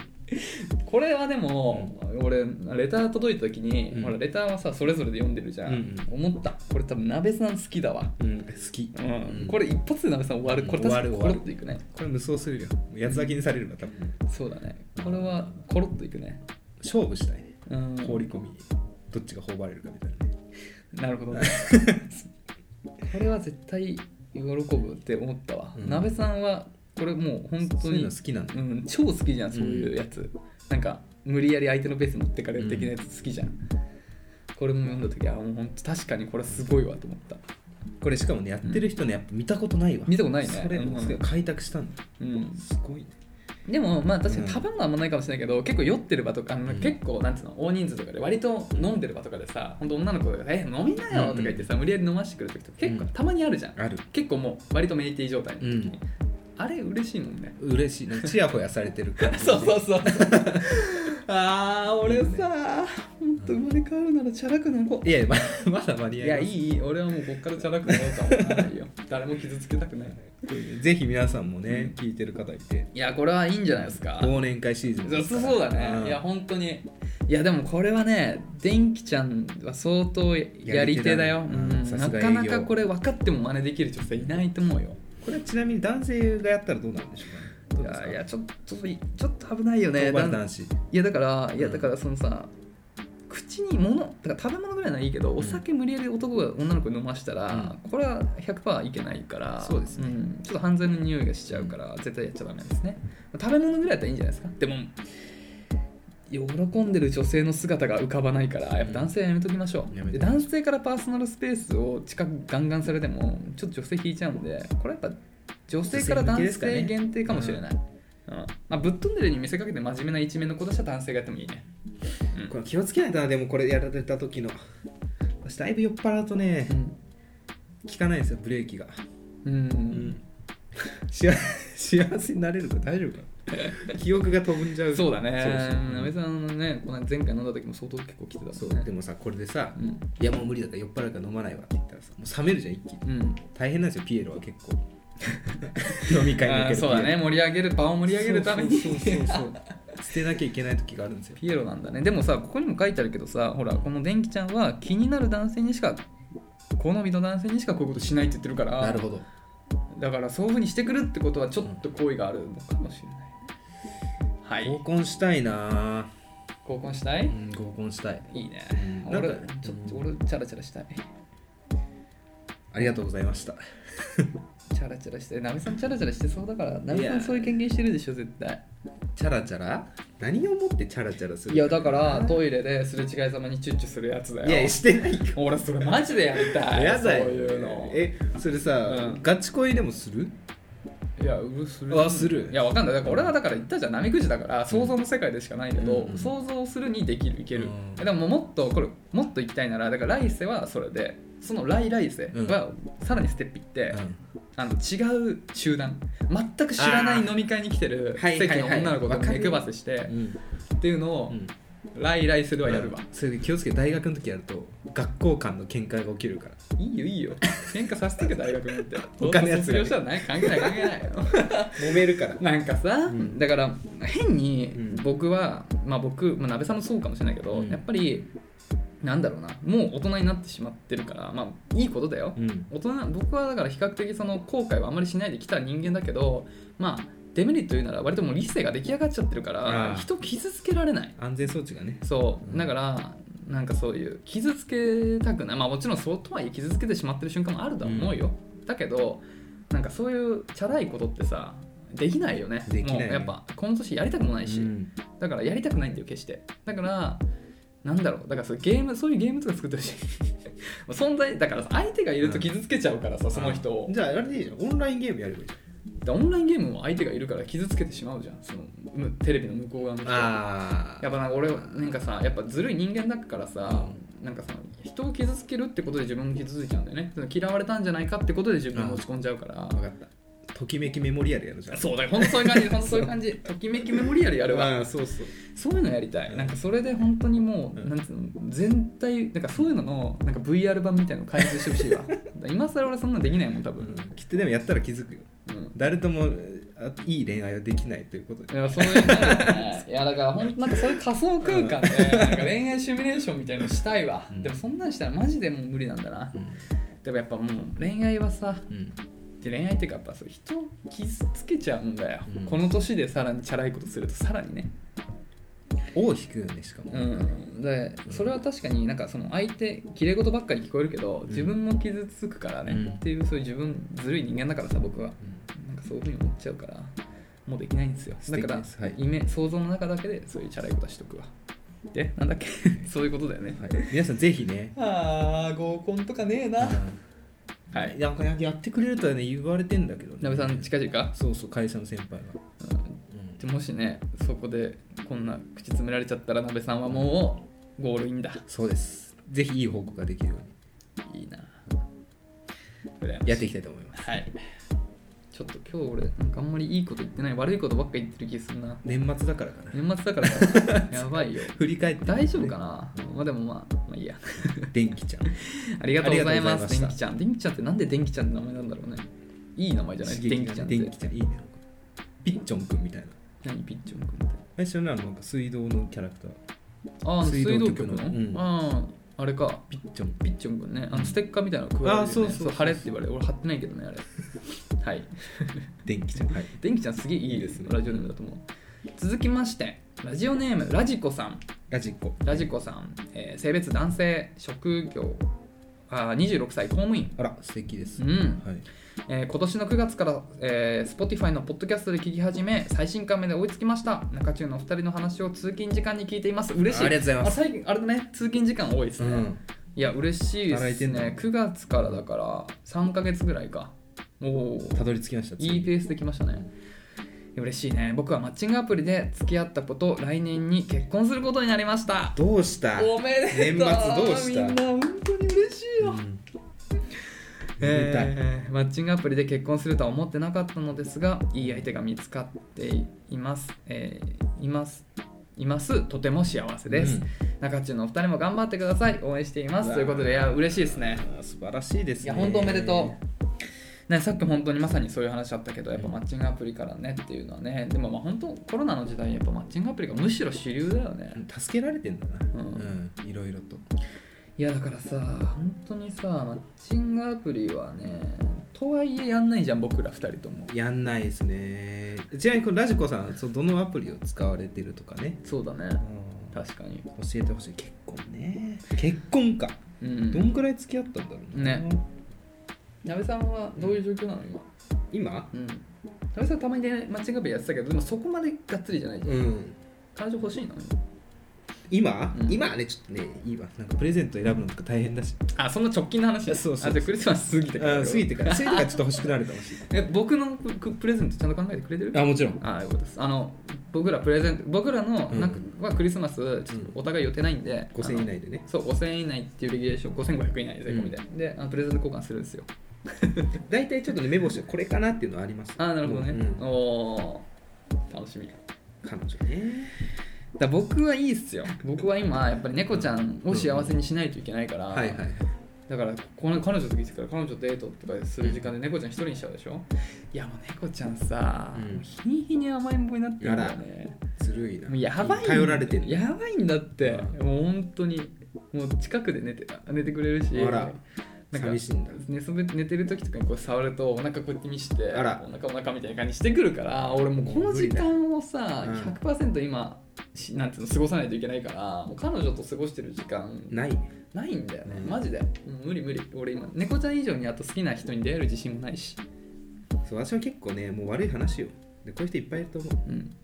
Speaker 2: これはでも、俺レター届いた時に、
Speaker 1: うん
Speaker 2: ほらレターはさそれぞれで読んでるじゃん、
Speaker 1: うん
Speaker 2: 思ったこれ多分鍋さん好きだわ
Speaker 1: うん、好き、
Speaker 2: うんこれ一発で鍋さん終わるこれ
Speaker 1: 終
Speaker 2: 確
Speaker 1: わ
Speaker 2: か
Speaker 1: る
Speaker 2: に
Speaker 1: 終
Speaker 2: コ
Speaker 1: わ
Speaker 2: ロ
Speaker 1: る
Speaker 2: ッといくね
Speaker 1: これ無双するよ八つ咲きにされるわ多分
Speaker 2: そうだねこれはコロッといくね
Speaker 1: 勝負したいね
Speaker 2: うん
Speaker 1: 放り込みどっちが頬張れるかみたいなね
Speaker 2: なる ほどねこれは絶対喜ぶって思ったわ、
Speaker 1: うん
Speaker 2: 鍋さんはこれもう本
Speaker 1: そ
Speaker 2: 当
Speaker 1: ういう
Speaker 2: に
Speaker 1: の好きなんだ
Speaker 2: うん、超好きじゃんそういうやつ、なんか無理やり相手のペース持ってかれる的なやつ好きじゃん、これも読んだ時あもう本当確かにこれすごいわと思った
Speaker 1: これしかもねやってる人ねやっぱ見たことないわ
Speaker 2: 見たことないね
Speaker 1: それもうすごい開拓したんだ
Speaker 2: うん
Speaker 1: すごいね
Speaker 2: でもまあ確かに食べ物あんまないかもしれないけど、結構酔ってる場とか、あの
Speaker 1: うん
Speaker 2: 結構なんていうの大人数とかで割と飲んでる場とかでさ本当女の子が「え飲みなよ」とか言ってさ、無理やり飲ましてくる時とか結構
Speaker 1: うん
Speaker 2: たまにあるじゃん、
Speaker 1: ある
Speaker 2: 結構もう割とメイティ状態の時に、
Speaker 1: うん
Speaker 2: あれ嬉しいもんね
Speaker 1: 嬉しいなんかチヤホヤされてる感じ
Speaker 2: そうそう そう。ああ、俺さ、本当生まれ変わるならチャラくなろ
Speaker 1: いやいやままだ間
Speaker 2: う。
Speaker 1: に合
Speaker 2: いや、
Speaker 1: ます
Speaker 2: いい、いい俺はもうこっからチャラくなろうとは思わないよ。誰も傷つけたくない。
Speaker 1: ぜひ皆さんもね、聞いてる方いて
Speaker 2: いや、これはいいんじゃないですか。
Speaker 1: 忘年会シーズン
Speaker 2: そう
Speaker 1: ですから
Speaker 2: そうだね。
Speaker 1: ん
Speaker 2: いや、本当に。いや、でもこれはね、電気ちゃんは相当やり手だよ。
Speaker 1: やり手だね
Speaker 2: うん
Speaker 1: さ
Speaker 2: な
Speaker 1: すが営
Speaker 2: か
Speaker 1: 業
Speaker 2: なかこれ分かっても真似できる女性いないと思うよ。
Speaker 1: ここれはちなみに男性がやったらどうなんでしょうかねどう
Speaker 2: い
Speaker 1: ですか
Speaker 2: やいやちょっとちょっと危ないよね
Speaker 1: 男は
Speaker 2: だん
Speaker 1: 男子
Speaker 2: いやだからいや
Speaker 1: うん
Speaker 2: だからそのさ、口に物だから食べ物ぐらいならいいけどお酒無理やり男が女の子に飲ましたら、これは100%いけないから
Speaker 1: そうですね
Speaker 2: んちょっと犯罪の匂いがしちゃうから絶対やっちゃダメですね食べ物ぐらいだったらいいんじゃないですかでも喜んでる女性の姿が浮かばないからやっぱ男性はやめときましょ
Speaker 1: や
Speaker 2: う
Speaker 1: め
Speaker 2: で
Speaker 1: て
Speaker 2: 男性からパーソナルスペースを近くガンガンされてもちょっと女性引いちゃうんでこれやっぱ女性から男性限定かもしれない、うんまあ、ぶっ飛んでるに見せかけて真面目な一面の子としては男性がやってもいいね。
Speaker 1: これ気をつけないとなでもこれやられた時の私だいぶ酔っ払うとね効かないんですよブレーキが
Speaker 2: うん。うん。
Speaker 1: 幸幸せになれるか大丈夫か な記憶が飛ぶんじゃう
Speaker 2: そうだね。なべ
Speaker 1: そう
Speaker 2: さんのね、この前回飲んだ時も相当結構来てたもんね。
Speaker 1: そうそうでもさこれでさ、
Speaker 2: うん。
Speaker 1: いやもう無理だから酔っ払うから飲まないわって言ったらさもう冷めるじゃん一気に
Speaker 2: うん。
Speaker 1: 大変なんですよピエロは結 構飲み会におけ
Speaker 2: あー
Speaker 1: る
Speaker 2: そうだね。盛り上げる、場を盛
Speaker 1: ピ
Speaker 2: り
Speaker 1: エロ
Speaker 2: 上げるために。
Speaker 1: そうそうそうそう 捨てなきゃいけない時があるんですよ
Speaker 2: ピエロなんだね。でもさ、ここにも書いてあるけどさ、ほら、この電気ちゃんは気になる男性にしか、好みの男性にしかこういうことしないって言ってるから、
Speaker 1: なるほど
Speaker 2: だからそういうふうにしてくるってことは、ちょっと好意があるのかもしれない。はい
Speaker 1: 合。コンしたいな
Speaker 2: 合コンしたい、
Speaker 1: ぁ、うん、合コンしたい
Speaker 2: いいね
Speaker 1: うん。
Speaker 2: 俺
Speaker 1: なんか、
Speaker 2: ちょっと
Speaker 1: うん
Speaker 2: 俺、チャラチャラしたい。
Speaker 1: ありがとうございました
Speaker 2: チャラチャラして、ナミさんチャラチャラしてそうだから、ナミさ
Speaker 1: い
Speaker 2: ん
Speaker 1: や
Speaker 2: そういう経験してるでしょ、絶対。
Speaker 1: チャラチャラ何をもってチャラチャラする
Speaker 2: いや、だから、
Speaker 1: い
Speaker 2: トイレですれ違いざまにチュッチュするやつだよ。
Speaker 1: やしてないよ
Speaker 2: 俺、それマジでやりたい。
Speaker 1: やだよ
Speaker 2: そういうの。
Speaker 1: えそれさ、
Speaker 2: うん
Speaker 1: ガチ恋でもする
Speaker 2: いや、うるする。
Speaker 1: あする
Speaker 2: いや、わかんない。だから俺はだから言ったじゃん、ナミくじだから、想像の世界でしかないけど、
Speaker 1: うん
Speaker 2: 想像するにできる、いける。
Speaker 1: うん
Speaker 2: でも、もっと、これ、もっと行きたいなら、だから来世はそれで、その来来世は、さらにステップいって、あの違う集団全く知らない飲み会に来てる
Speaker 1: あーはい
Speaker 2: 席の
Speaker 1: はいはい
Speaker 2: 女の子と目配せして、
Speaker 1: うん
Speaker 2: っていうのを
Speaker 1: うん
Speaker 2: 来来するはやるわ、
Speaker 1: それで気をつけて大学の時やると学校間の喧嘩が起きるから
Speaker 2: いいよいいよ喧嘩させてけ大学なんて
Speaker 1: お金やつ
Speaker 2: 卒
Speaker 1: が
Speaker 2: 業
Speaker 1: ね
Speaker 2: したらない関係ない関係 ないよ
Speaker 1: 揉めるから
Speaker 2: なんかさ、
Speaker 1: ん
Speaker 2: だから変に
Speaker 1: うん
Speaker 2: 僕は、まあ僕、まあ、鍋さんもそうかもしれないけど、
Speaker 1: うん
Speaker 2: やっぱりなんだろうなもう大人になってしまってるからまあいいことだよ、
Speaker 1: うん
Speaker 2: 大人僕はだから比較的その後悔はあまりしないできた人間だけどまあデメリット言うなら割ともう理性が出来上がっちゃってるか
Speaker 1: あ
Speaker 2: ら
Speaker 1: あ
Speaker 2: 人傷つけられない
Speaker 1: 安全装置がね
Speaker 2: そう
Speaker 1: うん
Speaker 2: だからなんかそういう傷つけたくないまあもちろんそうとはいえ傷つけてしまってる瞬間もあるとは思うよ、だけどなんかそういうチャラいことってさできないよね
Speaker 1: できない
Speaker 2: もうやっぱこの年やりたくもないし、
Speaker 1: うん
Speaker 2: だからやりたくないんだよ決してだからなんだろうだからそういうゲームそういうゲームとか作ってほしい 存在だからさ相手がいると傷つけちゃうからさ、その人を
Speaker 1: じゃああれでいいじゃんオンラインゲームやればいいじ
Speaker 2: でオンラインゲームも相手がいるから傷つけてしまうじゃんそのむテレビの向こう側
Speaker 1: ゃん
Speaker 2: の人
Speaker 1: あ
Speaker 2: やっぱなんか俺なんかさやっぱずるい人間だからさ、なんかさ人を傷つけるってことで自分も傷ついちゃうんだよねその嫌われたんじゃないかってことで自分も落ち込んじゃうから
Speaker 1: 分かったときめきメモリアルやるじゃん
Speaker 2: そうだよほんとそういう感じほんとそういう感じときめきメモリアルやるわ
Speaker 1: あーそうそう
Speaker 2: そういうのやりたい、
Speaker 1: うん
Speaker 2: なんかそれで本当にもう、
Speaker 1: うん
Speaker 2: なんつうの全体なんかそういうののなんか VR 版みたいなの開発してほしいわ 今更俺そんなのできないもん多分、
Speaker 1: きっとでもやったら気づくよ
Speaker 2: うん
Speaker 1: 誰ともあいい恋愛はできないということで
Speaker 2: いやそういうのね いやだからほんなんかそういう仮想空間 でなんか恋愛シミュレーションみたいのしたいわ、
Speaker 1: うん
Speaker 2: でもそんなんしたらマジでもう無理なんだな、でもやっぱもう恋愛はさ
Speaker 1: うん
Speaker 2: で恋愛っていうかやっぱそう人を傷つけちゃうんだよ、
Speaker 1: うん
Speaker 2: この年でさらにチャラいことするとさらにね
Speaker 1: を引くよねしかも
Speaker 2: うん、でそれは確かになんかその相手きれい事ばっかり聞こえるけど自分も傷つくからね、
Speaker 1: うん
Speaker 2: っていうそういう自分ずるい人間だからさ僕は
Speaker 1: うん
Speaker 2: なんかそういうふうに思っちゃうからもうできないんですよ
Speaker 1: 素
Speaker 2: だ
Speaker 1: 敵
Speaker 2: から、
Speaker 1: ですはい
Speaker 2: イメ想像の中だけでそういうチャラいことはしとくわ でなんだっけ そういうことだよね、
Speaker 1: はい、皆さんぜひね、
Speaker 2: ああ合コンとかねえなはい
Speaker 1: なんかやってくれるとはね言われてんだけどね
Speaker 2: なべさん近々、
Speaker 1: そうそう会社の先輩が、
Speaker 2: うんでもしねそこでこんな口詰められちゃったらなべさんはもうゴールインだ
Speaker 1: そうですぜひいい報告ができるよう
Speaker 2: いいな羨ましい
Speaker 1: にやっていきたいと思います
Speaker 2: はい。ちょっと今日俺、なんかあんまりいいこと言ってない、悪いことばっか言ってる気がするな。
Speaker 1: 年末だからかな
Speaker 2: 年末だ からかなやばいよ。
Speaker 1: 振り返って
Speaker 2: 大丈夫 かな、まあでもまあ、まあいいや。
Speaker 1: 電気ちゃん
Speaker 2: ありがとうございま、
Speaker 1: ありがとうございますした
Speaker 2: 電気ちゃん。電気ちゃんってなんで電気ちゃんって名前なんだろうね。いい名前じゃない
Speaker 1: 刺激
Speaker 2: 電
Speaker 1: が
Speaker 2: 気ちゃんって。
Speaker 1: 電気ちゃんいいねなんかピッチョンくんみたいな
Speaker 2: 何ピッチョン君って。
Speaker 1: 最初のあのなんか水道のキャラクター
Speaker 2: ああ、水
Speaker 1: 水道
Speaker 2: 道
Speaker 1: 局
Speaker 2: 局
Speaker 1: の
Speaker 2: の
Speaker 1: うん
Speaker 2: ああ、あれか
Speaker 1: ピッチョン
Speaker 2: ピッチョン君ねあのステッカーみたいなの配られるよね
Speaker 1: あそうそうそう
Speaker 2: 貼れって言われ俺貼ってないけどねあれはい
Speaker 1: 電気ちゃんはい
Speaker 2: 電気ちゃんすげえいいですねラジオネームだと思う続きましてラジオネームラジコさん
Speaker 1: ラジコ
Speaker 2: ラジコさん、えー性別男性職業あー26歳公務員
Speaker 1: あら素敵です、
Speaker 2: うん
Speaker 1: はい、
Speaker 2: えー今年の9月から、えー Spotify のポッドキャストで聞き始め最新刊目で追いつきました中中のお二人の話を通勤時間に聞いています嬉しい
Speaker 1: ありがとうございます
Speaker 2: あ最近あれだね通勤時間多いです
Speaker 1: う
Speaker 2: ね、
Speaker 1: ん、
Speaker 2: いや嬉しい
Speaker 1: 働
Speaker 2: で
Speaker 1: いて
Speaker 2: す
Speaker 1: んだ
Speaker 2: ね9月からだから3ヶ月ぐらいかおお
Speaker 1: たどり着きました
Speaker 2: いいペースできましたね嬉しいね僕はマッチングアプリで付き合ったこと来年に結婚することになりました
Speaker 1: どうした
Speaker 2: おめでと
Speaker 1: 年末
Speaker 2: う
Speaker 1: どうした
Speaker 2: みんな本当に嬉しいよ、
Speaker 1: うんめでたい
Speaker 2: えーマッチングアプリで結婚するとは思ってなかったのですがいい相手が見つかっています、えーいますいますとても幸せです、
Speaker 1: うん
Speaker 2: 中中のお二人も頑張ってください応援していま
Speaker 1: う
Speaker 2: す
Speaker 1: わ
Speaker 2: ということでいや嬉しいですね
Speaker 1: あー素晴らしいですね
Speaker 2: いや本当おめでとう、ね、さっきも本当にまさにそういう話あったけどやっぱマッチングアプリからねっていうのはねでもまあ本当コロナの時代やっぱマッチングアプリがむしろ主流だよね
Speaker 1: うん助けられてんだな
Speaker 2: うん、
Speaker 1: うん、いろいろと
Speaker 2: いやだからさ本当にさマッチングアプリはねとはいえやんないじゃん僕ら二人とも
Speaker 1: やんないですねちなみにこのラジコさんそうどのアプリを使われてるとかね、
Speaker 2: そうだね確かに
Speaker 1: 教えてほしい結婚ね結婚か、
Speaker 2: う
Speaker 1: どん
Speaker 2: ん
Speaker 1: くらい付き合ったんだろうな
Speaker 2: ね矢部さんはどういう状況なの今
Speaker 1: 今
Speaker 2: うん矢部さんたまにねマッチングアプリやってたけどでもそこまでがっつりじゃないじゃん
Speaker 1: うん
Speaker 2: 彼女欲しいの
Speaker 1: 今、
Speaker 2: うん
Speaker 1: 今はねちょっとねいいわなんかプレゼント選ぶのとか大変だし
Speaker 2: あそんな直近の話
Speaker 1: いやそうそう
Speaker 2: あじゃあクリスマス過ぎてから
Speaker 1: あ過ぎてから過ぎてからちょっと欲しくなるかもしれな
Speaker 2: え僕のプププレゼントちゃんと考えてくれてる
Speaker 1: いあもちろん
Speaker 2: ああいうことですあの僕らプレゼント僕らの
Speaker 1: うん
Speaker 2: なんかはクリスマスちょっとお互い予定ないんで、
Speaker 1: 5000円以内でね
Speaker 2: あのそう5000円以内っていうレギュレーション5500円以内で税込みで、であのプレゼント交換するんですよ
Speaker 1: 大体ちょっとね目星はこれかなっていうのはあります
Speaker 2: ああなるほどね、
Speaker 1: うんうん
Speaker 2: おー楽しみ
Speaker 1: 彼女ね
Speaker 2: だ僕はいいっすよ僕は今やっぱり猫ちゃんを幸せにしないといけないから、
Speaker 1: はいはいはい
Speaker 2: だからこの彼女と来てから彼女とデートとかする時間で猫ちゃん一人にしちゃうでしょいやもう猫ちゃんさ、
Speaker 1: うん
Speaker 2: もう日に日に甘えん坊になってるんだよね
Speaker 1: ずるいな
Speaker 2: もうやばい
Speaker 1: 頼られてる
Speaker 2: やばいんだってもう本当にもう近くで寝てた寝てくれるし
Speaker 1: あら
Speaker 2: なんか
Speaker 1: 寂しいんだ
Speaker 2: 寝そべ寝てる時とかにこう触るとお腹こうやって見して
Speaker 1: あら
Speaker 2: お腹お腹みたいな感じしてくるから俺もうこの時間をさ、
Speaker 1: 無理だうん
Speaker 2: 100%今しなんていうの過ごさないといけないからもう彼女と過ごしてる時間
Speaker 1: ないね
Speaker 2: ないんだよね、
Speaker 1: うん
Speaker 2: マジで、うん無理無理俺今猫ちゃん以上にあと好きな人に出会える自信もないし、
Speaker 1: そう私は結構ねもう悪い話よでこういう人いっぱいいると思う
Speaker 2: うん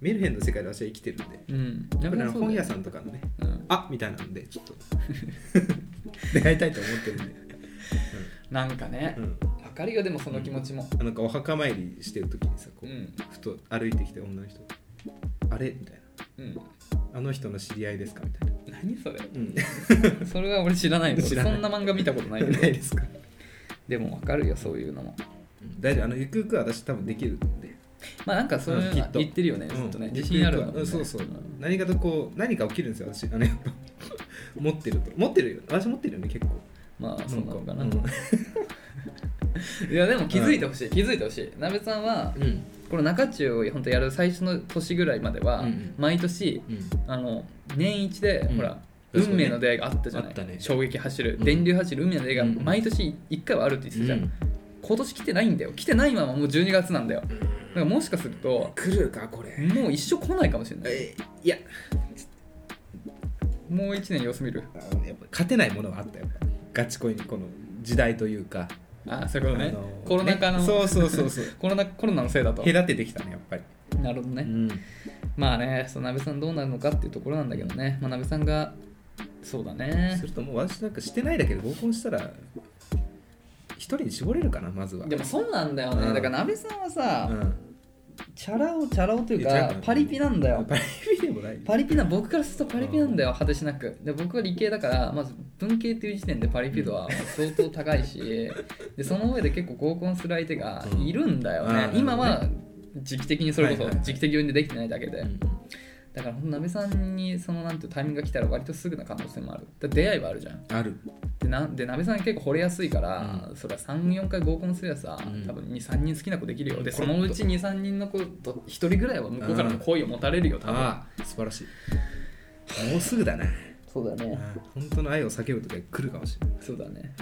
Speaker 1: メルヘンの世界で私は生きてるんで
Speaker 2: うん、
Speaker 1: だ
Speaker 2: やっ
Speaker 1: か
Speaker 2: ぱ
Speaker 1: ら
Speaker 2: りそう
Speaker 1: 本
Speaker 2: だよ
Speaker 1: 屋さんとかのね
Speaker 2: うん、
Speaker 1: あみたいなんでちょっ と出会いたいと思ってるんで、
Speaker 2: なんかね
Speaker 1: う、ん、
Speaker 2: わかるよでもその気持ちも、
Speaker 1: あなんかお墓参りしてる時にさこ
Speaker 2: う
Speaker 1: う、
Speaker 2: ん
Speaker 1: ふと歩いてきて女の人あれみたい
Speaker 2: うん、
Speaker 1: なあの人の知り合いですかみたいな、
Speaker 2: 何それ
Speaker 1: うん、
Speaker 2: それは俺知らないの
Speaker 1: 知らない
Speaker 2: そんな漫画見たことないけど
Speaker 1: ないですか
Speaker 2: でもわかるよそういうのも
Speaker 1: うん大丈夫あのゆくゆくは私多分できるんで
Speaker 2: まあなんかそういう
Speaker 1: うんき
Speaker 2: の
Speaker 1: っと
Speaker 2: 言ってるよね、ずっとね
Speaker 1: うん
Speaker 2: 自信あるの、ね
Speaker 1: うんそうそう何かとこう何か起きるんですよ私あのやっ ぱ持ってると持ってるよ私持ってるよね結構
Speaker 2: まあそうなのかな、
Speaker 1: うん
Speaker 2: いやでも気づいてほしい、気づいてほしいなべさんは
Speaker 1: うん
Speaker 2: この中中を本当やる最初の年ぐらいまでは、
Speaker 1: うんうん
Speaker 2: 毎年
Speaker 1: うん
Speaker 2: あの年一で、
Speaker 1: うん
Speaker 2: ほら
Speaker 1: そうそう
Speaker 2: 運命の出会いがあったじゃな
Speaker 1: あ
Speaker 2: い、
Speaker 1: ったね
Speaker 2: 衝撃走る、
Speaker 1: うん
Speaker 2: 電流走る運命の出会いが
Speaker 1: うん
Speaker 2: 毎年1回はあるって言ってたじゃん、
Speaker 1: うん
Speaker 2: 今年来てないんだよ来てないままもう12月なんだよだからもしかすると
Speaker 1: 来るかこれ
Speaker 2: もう一生来ないかもしれない
Speaker 1: えいや
Speaker 2: もう1年様子見る
Speaker 1: あのやっぱ勝てないものはあったやっぱガチ恋にこの時代というか、
Speaker 2: あそういうことね、
Speaker 1: あの
Speaker 2: コロナ禍の、
Speaker 1: ねそうそうそう そう
Speaker 2: コロナコロナのせいだと
Speaker 1: 隔ててきたねやっぱり、
Speaker 2: なるほどね、
Speaker 1: ん、
Speaker 2: まあねそのなべさんどうなるのかっていうところなんだけどね、まあ、なべさんがそうだね
Speaker 1: するともう私なんかしてないだけで合コンしたら一人に絞れるかなまずは
Speaker 2: でもそうなんだよね、
Speaker 1: うん
Speaker 2: だからなべさんはさ、
Speaker 1: うん
Speaker 2: チャラ男チャラ男という
Speaker 1: いや違
Speaker 2: か
Speaker 1: うよ
Speaker 2: パリピなんだよ
Speaker 1: パリピでもない
Speaker 2: パリピな僕からするとパリピなんだよ果てしなくで僕は理系だからまず文系っていう時点でパリピ度は相当高いし でその上で結構合コンする相手がいるんだよ
Speaker 1: うんあーな
Speaker 2: ね
Speaker 1: る、ほどね
Speaker 2: 今は時期的にそれこ
Speaker 1: はい
Speaker 2: そ
Speaker 1: はいはい
Speaker 2: 時期的要因でできてないだけで、
Speaker 1: うん
Speaker 2: だからほんとなべさんにそのなんていうタイミングが来たら割とすぐな可能性もあるだ出会いはあるじゃん
Speaker 1: ある
Speaker 2: でなでなべさん結構惚れやすいから、それは34回合コンすりゃさ、
Speaker 1: うん
Speaker 2: 多分23人好きな子できるよで
Speaker 1: うん
Speaker 2: そのうち23人の子と1人ぐらいは向こうからの好意を持たれるよ多分
Speaker 1: ああ素晴らしいもうすぐだな
Speaker 2: そうだね
Speaker 1: 本当の愛を叫ぶ時が来るかもしれない
Speaker 2: そうだね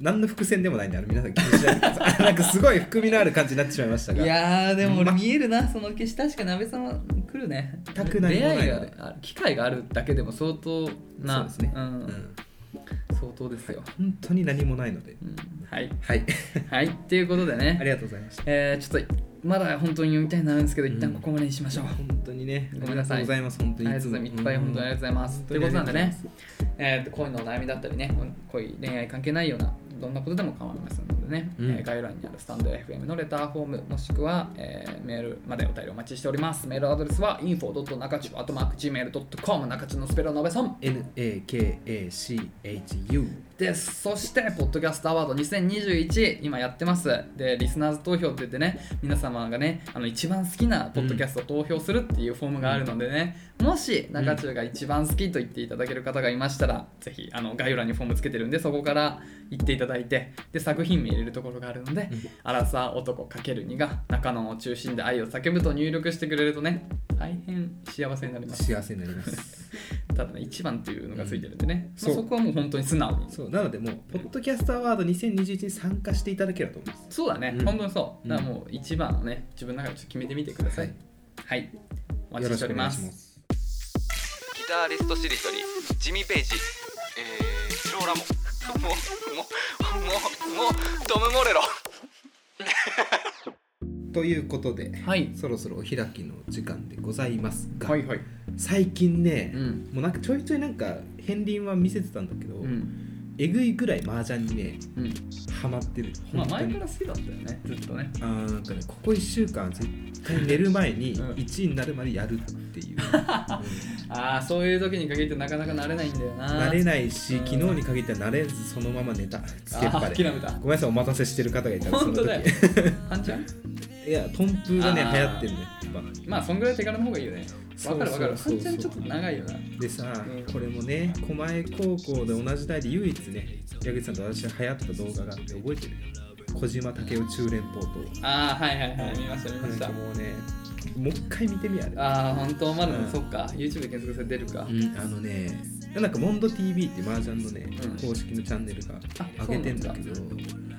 Speaker 1: 何の伏線でもないんであの皆さん気にしないでください なんかすごい含みのある感じになってしまいましたが
Speaker 2: いやーでも俺見えるなその消し確か鍋様来るね
Speaker 1: 全く何も
Speaker 2: 出
Speaker 1: ない
Speaker 2: 会いがある機会があるだけでも相当
Speaker 1: そう
Speaker 2: な
Speaker 1: ですね、う
Speaker 2: う、
Speaker 1: んん
Speaker 2: 相当ですよ、
Speaker 1: 本当に何もないので
Speaker 2: うん、はい
Speaker 1: はい
Speaker 2: はいっていうこと で
Speaker 1: あ
Speaker 2: ね
Speaker 1: りがとうございました
Speaker 2: えー、ちょっとまだ本当に読みたいのあるんですけど、
Speaker 1: うん
Speaker 2: 一旦ここまでにしましょう
Speaker 1: 本当にね
Speaker 2: ごめんなさい
Speaker 1: ありがとうございます本当
Speaker 2: あ
Speaker 1: に
Speaker 2: りがとうございます。いっぱい本当にありがとうございます。ということなんでね、えーと恋のお悩みだったりね、恋、恋愛関係ないような、どんなことでも構いませんのでね、
Speaker 1: うん
Speaker 2: えー概要欄にあるスタンド FM のレターフォーム、もしくは、えーメールまでお便りお待ちしております。メールアドレスは info.nakachu.gmail.com 中中のスペルのべそん
Speaker 1: NAKACHU
Speaker 2: です。そして、ポッドキャストアワード2021、今やってます。で、リスナーズ投票って言ってね、皆様がね、あの一番好きなポッドキャストを投票するっていうフォームがあるのでね、もし中中が一番好きと言っていただける方がいましたら、ぜひあの概要欄にフォームつけてるんで、そこから言っていただいて、で、作品名入れるところがあるので、アラサー男 ×2 が中野を中心で愛を叫ぶと入力してくれるとね、大変幸せになります。
Speaker 1: 幸せになります
Speaker 2: ただね、一番っていうのがついてるんで
Speaker 1: う
Speaker 2: ね、
Speaker 1: ん
Speaker 2: まあ
Speaker 1: そう
Speaker 2: そこはもう本当に素直に。
Speaker 1: そうなのでもうポッドキャストアワード2021に参加していただければと思います
Speaker 2: そうだね、
Speaker 1: うん
Speaker 2: 本当にそ
Speaker 1: う
Speaker 2: う。
Speaker 1: ん
Speaker 2: だからもう一番をね、自分の中でちょっと決めてみてください。はい。お待ちしております。
Speaker 1: す
Speaker 3: ギタリストしりとりジミー・ペイジえー、スローラモンもうもうもうもうトム・モレロ
Speaker 1: ということで、
Speaker 2: はい。
Speaker 1: そろそろお開きの時間でございますが、
Speaker 2: はいはい。
Speaker 1: 最近ね、
Speaker 2: うん。
Speaker 1: もうなんかちょいちょいなんか片鱗は見せてたんだけど、
Speaker 2: うん。
Speaker 1: えぐいぐらい麻雀にね
Speaker 2: うん。
Speaker 1: ハマってる
Speaker 2: まあ
Speaker 1: 本当
Speaker 2: 前
Speaker 1: に
Speaker 2: から好きだったよね、ずっとね。
Speaker 1: あーなんかねここ1週間絶対寝る前に
Speaker 2: うん
Speaker 1: 1位になるまでやるって いう、
Speaker 2: ああ、そういう時に限ってなかなか慣れないんだよな。
Speaker 1: 慣れ
Speaker 2: い。
Speaker 1: ないし
Speaker 2: うん
Speaker 1: 昨日に限っては慣れずそのまま寝たつけっぱ
Speaker 2: あー
Speaker 1: で
Speaker 2: 諦めた
Speaker 1: ごめんなさいお待たせしてる方がいたら
Speaker 2: 本当だよ
Speaker 1: その。
Speaker 2: あんちゃん
Speaker 1: 時いやトンプがね
Speaker 2: あー
Speaker 1: 流行ってるのよやっぱ
Speaker 2: まあそんぐらい手軽の方がいいよね。わかるわかる。
Speaker 1: そう
Speaker 2: あ
Speaker 1: そうそ
Speaker 2: ん
Speaker 1: う
Speaker 2: ちゃんちょっと長いよな。
Speaker 1: でさ、
Speaker 2: うん
Speaker 1: これもね狛江高校で同じ代で唯一ね矢口さんと私が流行った動画があって覚えてる小島武雄中連邦と
Speaker 2: ああ、はいはいはい。見ました見ました。
Speaker 1: もうねもう一回見てみあれ
Speaker 2: ああ、本当まだね、
Speaker 1: うん
Speaker 2: そっか。YouTube で検索されて出るか。
Speaker 1: うんあのねなんかモンド TV って麻雀のね、
Speaker 2: うん
Speaker 1: 公式のチャンネルが
Speaker 2: あ
Speaker 1: 上げてんだけど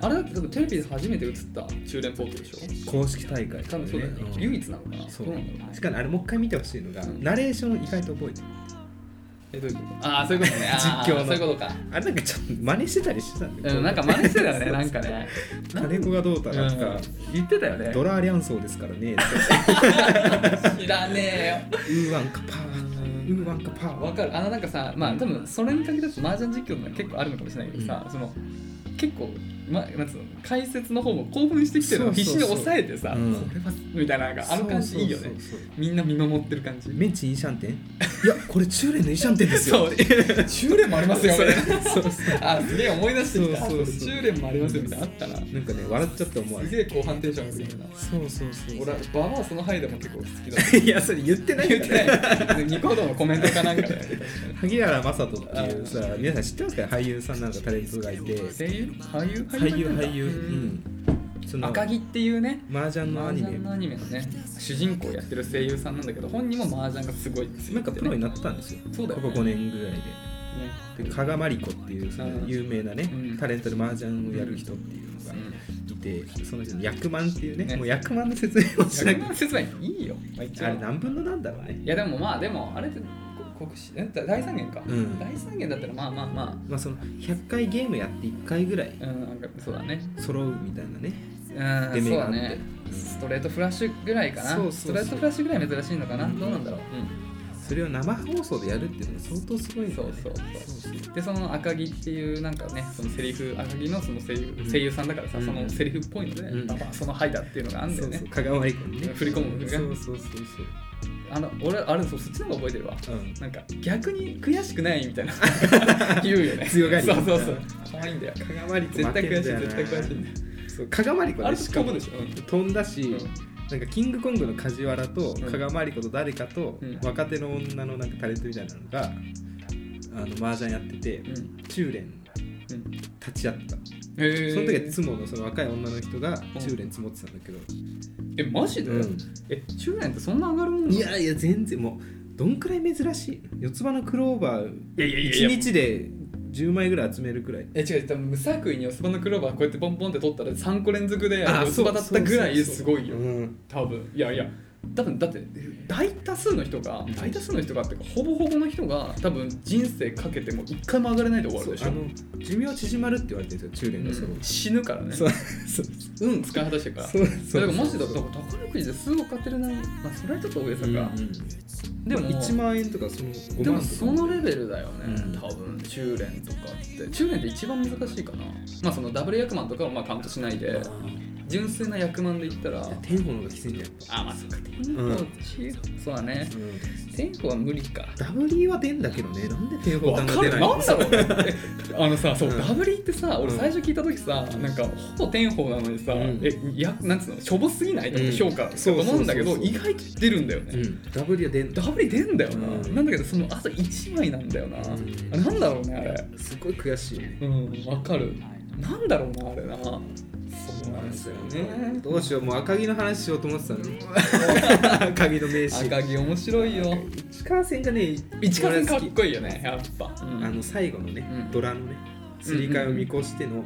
Speaker 2: あれだって多分テレビで初めて映った中連ポートでしょ
Speaker 1: 公式大会
Speaker 2: 多分そうだよね、
Speaker 1: ん
Speaker 2: 唯一なのかな
Speaker 1: そう
Speaker 2: どうなんだろう
Speaker 1: しかもあれもう一回見てほしいのが、
Speaker 2: うん
Speaker 1: ナレーション意外と覚えてる
Speaker 2: えどういうことああそういうことね
Speaker 1: 実況の
Speaker 2: あーそういうことか
Speaker 1: あれなんかちょっと真似してたりしてたんだよ、
Speaker 2: うんなんか真似してたよ ねなんかね
Speaker 1: 金子がどうたらとか、
Speaker 2: うん言ってたよね
Speaker 1: ドラーリャンソーですからねとか
Speaker 2: 知らねえよ
Speaker 1: ウーワンカパー、ウーワンカパー。
Speaker 2: わかるあのなんかさまあ多分それに限らず麻雀実況の結構あるのかもしれないけどさ、その結構ま、なんつうの解説の方も興奮してきてるのを
Speaker 1: そう
Speaker 2: 必
Speaker 1: そう
Speaker 2: 死に
Speaker 1: そう
Speaker 2: 抑えてさ、
Speaker 1: うん
Speaker 2: これはみたいななんかあの感じいいよね
Speaker 1: そうそうそうそう。
Speaker 2: みんな見守ってる感じ
Speaker 1: メンチイーシャンテンいや、これ中連のイーシャンテンです
Speaker 2: そ
Speaker 1: よ。
Speaker 2: う 中連もありますよみたいな
Speaker 1: そうそう
Speaker 2: あすげえ思い出してきた
Speaker 1: そうそうそう
Speaker 2: 修練もありますよみたいなのあったな
Speaker 1: なんかね、笑っちゃった思わ
Speaker 2: す
Speaker 1: ず。
Speaker 2: げえ後半テンション上がるよな
Speaker 1: そうそうそう
Speaker 2: 俺はババアそのハイでも結構好きだっ
Speaker 1: いや、それ言ってな
Speaker 2: た
Speaker 1: いよ
Speaker 2: 言っ
Speaker 1: ね
Speaker 2: てないニコ動のコメントかなんかで
Speaker 1: 萩原正人っていうさ、皆さん知ってますか俳優さんなんかタレントがいて。
Speaker 2: 声
Speaker 1: 俳
Speaker 2: 優俳優
Speaker 1: 優、俳優。う
Speaker 2: うん
Speaker 1: ん。その、
Speaker 2: 赤
Speaker 1: 麻
Speaker 2: 木っていうね
Speaker 1: 雀のア
Speaker 2: 麻
Speaker 1: ニ
Speaker 2: 雀
Speaker 1: メ。
Speaker 2: のアニメのね主人公やってる声優さんなんだけど本人も麻雀がすごい強いってね
Speaker 1: なんかプロになったんですよ。
Speaker 2: そうだよね
Speaker 1: ここ5年ぐらいで。
Speaker 2: ね
Speaker 1: で加賀まりこっていうその有名なね、
Speaker 2: うん
Speaker 1: タレントで麻雀をやる人っていうのがいて、その人に役満っていうね
Speaker 2: ね
Speaker 1: もう役満の説明をしな
Speaker 2: 逆
Speaker 1: く
Speaker 2: の説明いいよまあ一
Speaker 1: てあれ
Speaker 2: 応
Speaker 1: 何分のなんだろうね
Speaker 2: いやでもまあでもあれってこ国史えだ大三元か
Speaker 1: うん
Speaker 2: 大三元だったらまあまあまあ
Speaker 1: まあその100回ゲームやって1回ぐらい
Speaker 2: うん、なんかそうだね。
Speaker 1: 揃うみたいなね
Speaker 2: うん、
Speaker 1: 目
Speaker 2: そう
Speaker 1: があ
Speaker 2: だ
Speaker 1: って
Speaker 2: ね。ストレートフラッシュぐらいかな。
Speaker 1: そうそうそう
Speaker 2: ストレートフラッシュぐらい珍しいのかな。
Speaker 1: うん
Speaker 2: どうなんだろう。
Speaker 1: それを生放送でやるっていうのが相当すごい
Speaker 2: うんん、
Speaker 1: だ
Speaker 2: そ
Speaker 1: よ
Speaker 2: う
Speaker 1: ね
Speaker 2: そうそう。
Speaker 1: そうそう
Speaker 2: でその赤木っていうなんかねそのセリフ赤木のその声優,、
Speaker 1: うん
Speaker 2: 声優さんだからさ、
Speaker 1: うん
Speaker 2: そのセリフっぽいので、
Speaker 1: うん
Speaker 2: ババアその「はい」だっていうのがあるん
Speaker 1: そ
Speaker 2: だよ
Speaker 1: う
Speaker 2: ね
Speaker 1: そう加賀まりこにね
Speaker 2: 振り込む
Speaker 1: そ
Speaker 2: 振り込
Speaker 1: う
Speaker 2: む
Speaker 1: そうそう
Speaker 2: あの俺あれそうそっちの方が覚えてるわ
Speaker 1: そううん
Speaker 2: なんか逆に悔しくないみたい な言うよね
Speaker 1: 強がり
Speaker 2: そうそうそう可愛いんだよ
Speaker 1: 加賀まりこ
Speaker 2: 絶対悔しい
Speaker 1: 負けんだよな
Speaker 2: 絶対悔しいんだよ
Speaker 1: そう加賀まりこ
Speaker 2: あれ
Speaker 1: ね
Speaker 2: しかもでしょ、うん
Speaker 1: 飛んだし、
Speaker 2: うん
Speaker 1: なんかキングコングの梶原と
Speaker 2: ん
Speaker 1: 加賀まりこと誰かと
Speaker 2: うん
Speaker 1: 若手の女のなんかタレントみたいなのがあの麻雀やってて
Speaker 2: うん
Speaker 1: 中連
Speaker 2: うん、
Speaker 1: 立ち会ってた
Speaker 2: えー、
Speaker 1: その時はツモのその若い女の人が中連積もってたんだけど、
Speaker 2: えマジで、
Speaker 1: うん
Speaker 2: え中年ってそんな上がるもんなの
Speaker 1: いやいや全然もうどんくらい珍しい四つ葉のクローバー
Speaker 2: いやいやいやい
Speaker 1: 1
Speaker 2: や
Speaker 1: 日で10枚ぐらい集めるくらい
Speaker 2: え違う多分無作為に四つ葉のクローバーこうやってポンポンって取ったら3個連続で
Speaker 1: あ
Speaker 2: 四つ葉だったぐ
Speaker 1: そうそ
Speaker 2: ら
Speaker 1: うそう
Speaker 2: いすごいよ
Speaker 1: うん
Speaker 2: 多分いやいや多分だって大多数の人が大多数の人がっていうかほぼほぼの人が多分人生かけても一回も上がれないで終わるでし
Speaker 1: あ
Speaker 2: ょ
Speaker 1: の寿命縮まるって言われてるんですよ中
Speaker 2: う
Speaker 1: 年がそ
Speaker 2: ん死ぬからね
Speaker 1: そう そう
Speaker 2: 運使い果たしてから
Speaker 1: そう
Speaker 2: だからもし
Speaker 1: そ
Speaker 2: だ
Speaker 1: う
Speaker 2: と宝くじで数億買ってるなりまあそれはちょっと大げさか、で
Speaker 1: で
Speaker 2: も
Speaker 1: も1万円とかその5万
Speaker 2: で
Speaker 1: と
Speaker 2: も
Speaker 1: か
Speaker 2: そのレベルだよね、
Speaker 1: うん
Speaker 2: 多分中連とかって中連って一番難しいかなまあそのダブル役満とかはまあカウントしないで純粋な役満で言ったら
Speaker 1: 天保の方がきついんだよ、
Speaker 2: あまあそっか天
Speaker 1: うん
Speaker 2: 皇地そうだね天皇は無理か
Speaker 1: ダブリーは出んだけどねなんで天保
Speaker 2: わ
Speaker 1: さん
Speaker 2: か
Speaker 1: が出な
Speaker 2: る
Speaker 1: い
Speaker 2: な
Speaker 1: の
Speaker 2: んだろうねあのさそう、
Speaker 1: うん
Speaker 2: ダブリってさ俺
Speaker 1: うん
Speaker 2: 最初聞いた時さ、なんかほぼ天保なのにさ、
Speaker 1: うん
Speaker 2: えやなんつうのしょぼすぎないと思って
Speaker 1: うん
Speaker 2: 評価だと思うんだけど、
Speaker 1: そうそうそうそう
Speaker 2: 意外と出るんだよね、
Speaker 1: うんダブリーは出ん
Speaker 2: ダブリ出んだよな、
Speaker 1: うん
Speaker 2: なんだけどそのあと1枚なんだよな、
Speaker 1: うん
Speaker 2: あなんだろうねあれ
Speaker 1: すごい悔しいよね
Speaker 2: うんわかるなんだろうなあれなそうなんですよね
Speaker 1: どうしようもう赤城の話しようと思ってたの に赤城の名刺
Speaker 2: 赤木面白いよ
Speaker 1: 市川線がね
Speaker 2: 市川さんかっ
Speaker 1: 俺は好
Speaker 2: こいいよねやっぱ、うん
Speaker 1: きあの最後のね、
Speaker 2: うん
Speaker 1: ドラのねすり替えを見越しての、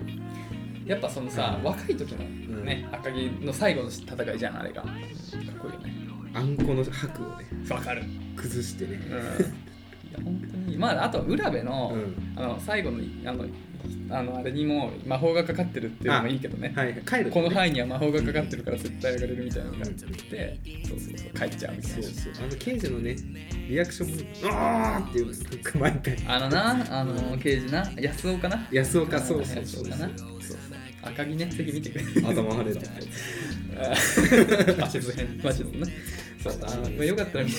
Speaker 2: やっぱそのさ若い時の
Speaker 1: ん
Speaker 2: ね、赤木の最後の戦いじゃんあれがかっこいいよね
Speaker 1: あんこの白をね
Speaker 2: わかる
Speaker 1: 崩してね
Speaker 2: うんいや本当にまああと浦部の,、
Speaker 1: うん
Speaker 2: あの最後のあのあのあれにも魔法がかかってるっていうのもいいけどね
Speaker 1: はい帰る
Speaker 2: この
Speaker 1: い
Speaker 2: 範囲には魔法がかかってるから絶対上がれるみたいなのがあって、そうそうそう帰っちゃうみたい
Speaker 1: そう
Speaker 2: な
Speaker 1: そうあの刑事のねリアクションもあーっていうのが毎回
Speaker 2: あのなあの刑事な安尾かな
Speaker 1: 安岡そうそう
Speaker 2: 安
Speaker 1: そ
Speaker 2: 尾
Speaker 1: う
Speaker 2: かなそうそう赤木ね席見てくれ
Speaker 1: 頭晴れた
Speaker 2: マシズ編マシズねそうあの、まあ、よかった ら見て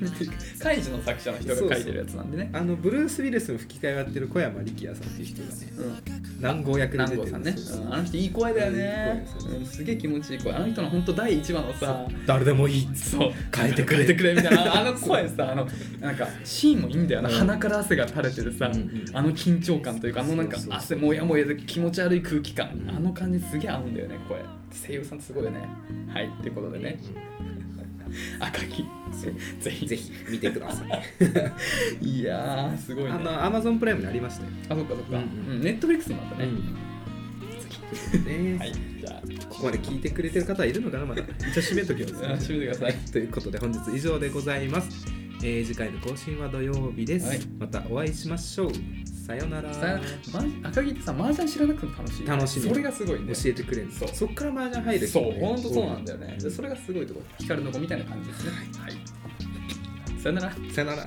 Speaker 2: みてカイジの作者の人が書いてるやつなんでね
Speaker 1: あのブルース・ウィルスの吹き替えをやってる小山力也さんっていう人がね
Speaker 2: うん
Speaker 1: 南郷役で
Speaker 2: 南
Speaker 1: 出
Speaker 2: 郷
Speaker 1: て
Speaker 2: さ
Speaker 1: る
Speaker 2: ん
Speaker 1: ん
Speaker 2: ね
Speaker 1: ですよ、
Speaker 2: うんあの人いい声だよ
Speaker 1: い
Speaker 2: ね
Speaker 1: い声ですよ
Speaker 2: うんすげえ気持ちいい声あの人の本当第1話のさ
Speaker 1: 誰でもいいっつ
Speaker 2: そう
Speaker 1: 変えてくれ
Speaker 2: 変えてくれみたいなあの声さあのなんかシーンもいいんだよな、
Speaker 1: うん
Speaker 2: 鼻から汗が垂れてるさ、
Speaker 1: うんうん
Speaker 2: あの緊張感というかあのなんか
Speaker 1: そうそうそ
Speaker 2: 汗もやもやで気持ち悪い空気感、
Speaker 1: うん
Speaker 2: あの感じすげえ合うんだよね声声優さんすごいよねはいってことでね赤木ぜひ
Speaker 1: ぜひ見てください
Speaker 2: いやーすごいね
Speaker 1: あのアマゾンプライムにありましたよ
Speaker 2: あそっかそっか、う
Speaker 1: うんんうん
Speaker 2: ネットフリックスにもあったね、
Speaker 1: ね
Speaker 2: はいじゃあ
Speaker 1: ここまで聞いてくれてる方はいるのかなまだ一応締めとき
Speaker 2: あ
Speaker 1: ます
Speaker 2: 閉めてください
Speaker 1: ということで本日以上でございます、えー次回の更新は土曜日です、
Speaker 2: はい
Speaker 1: またお会いしましょうさよなら
Speaker 2: さ、ま、赤木ってさ麻雀知らなくても楽しい
Speaker 1: 楽しみ
Speaker 2: それがすごいね
Speaker 1: 教えてくれる
Speaker 2: そう
Speaker 1: そっから麻雀入る人
Speaker 2: そ
Speaker 1: も
Speaker 2: う
Speaker 1: ね
Speaker 2: 本当そうなんだよねでそれがすごいとこ光の子みたいな感じですねはいさよなら
Speaker 1: さよなら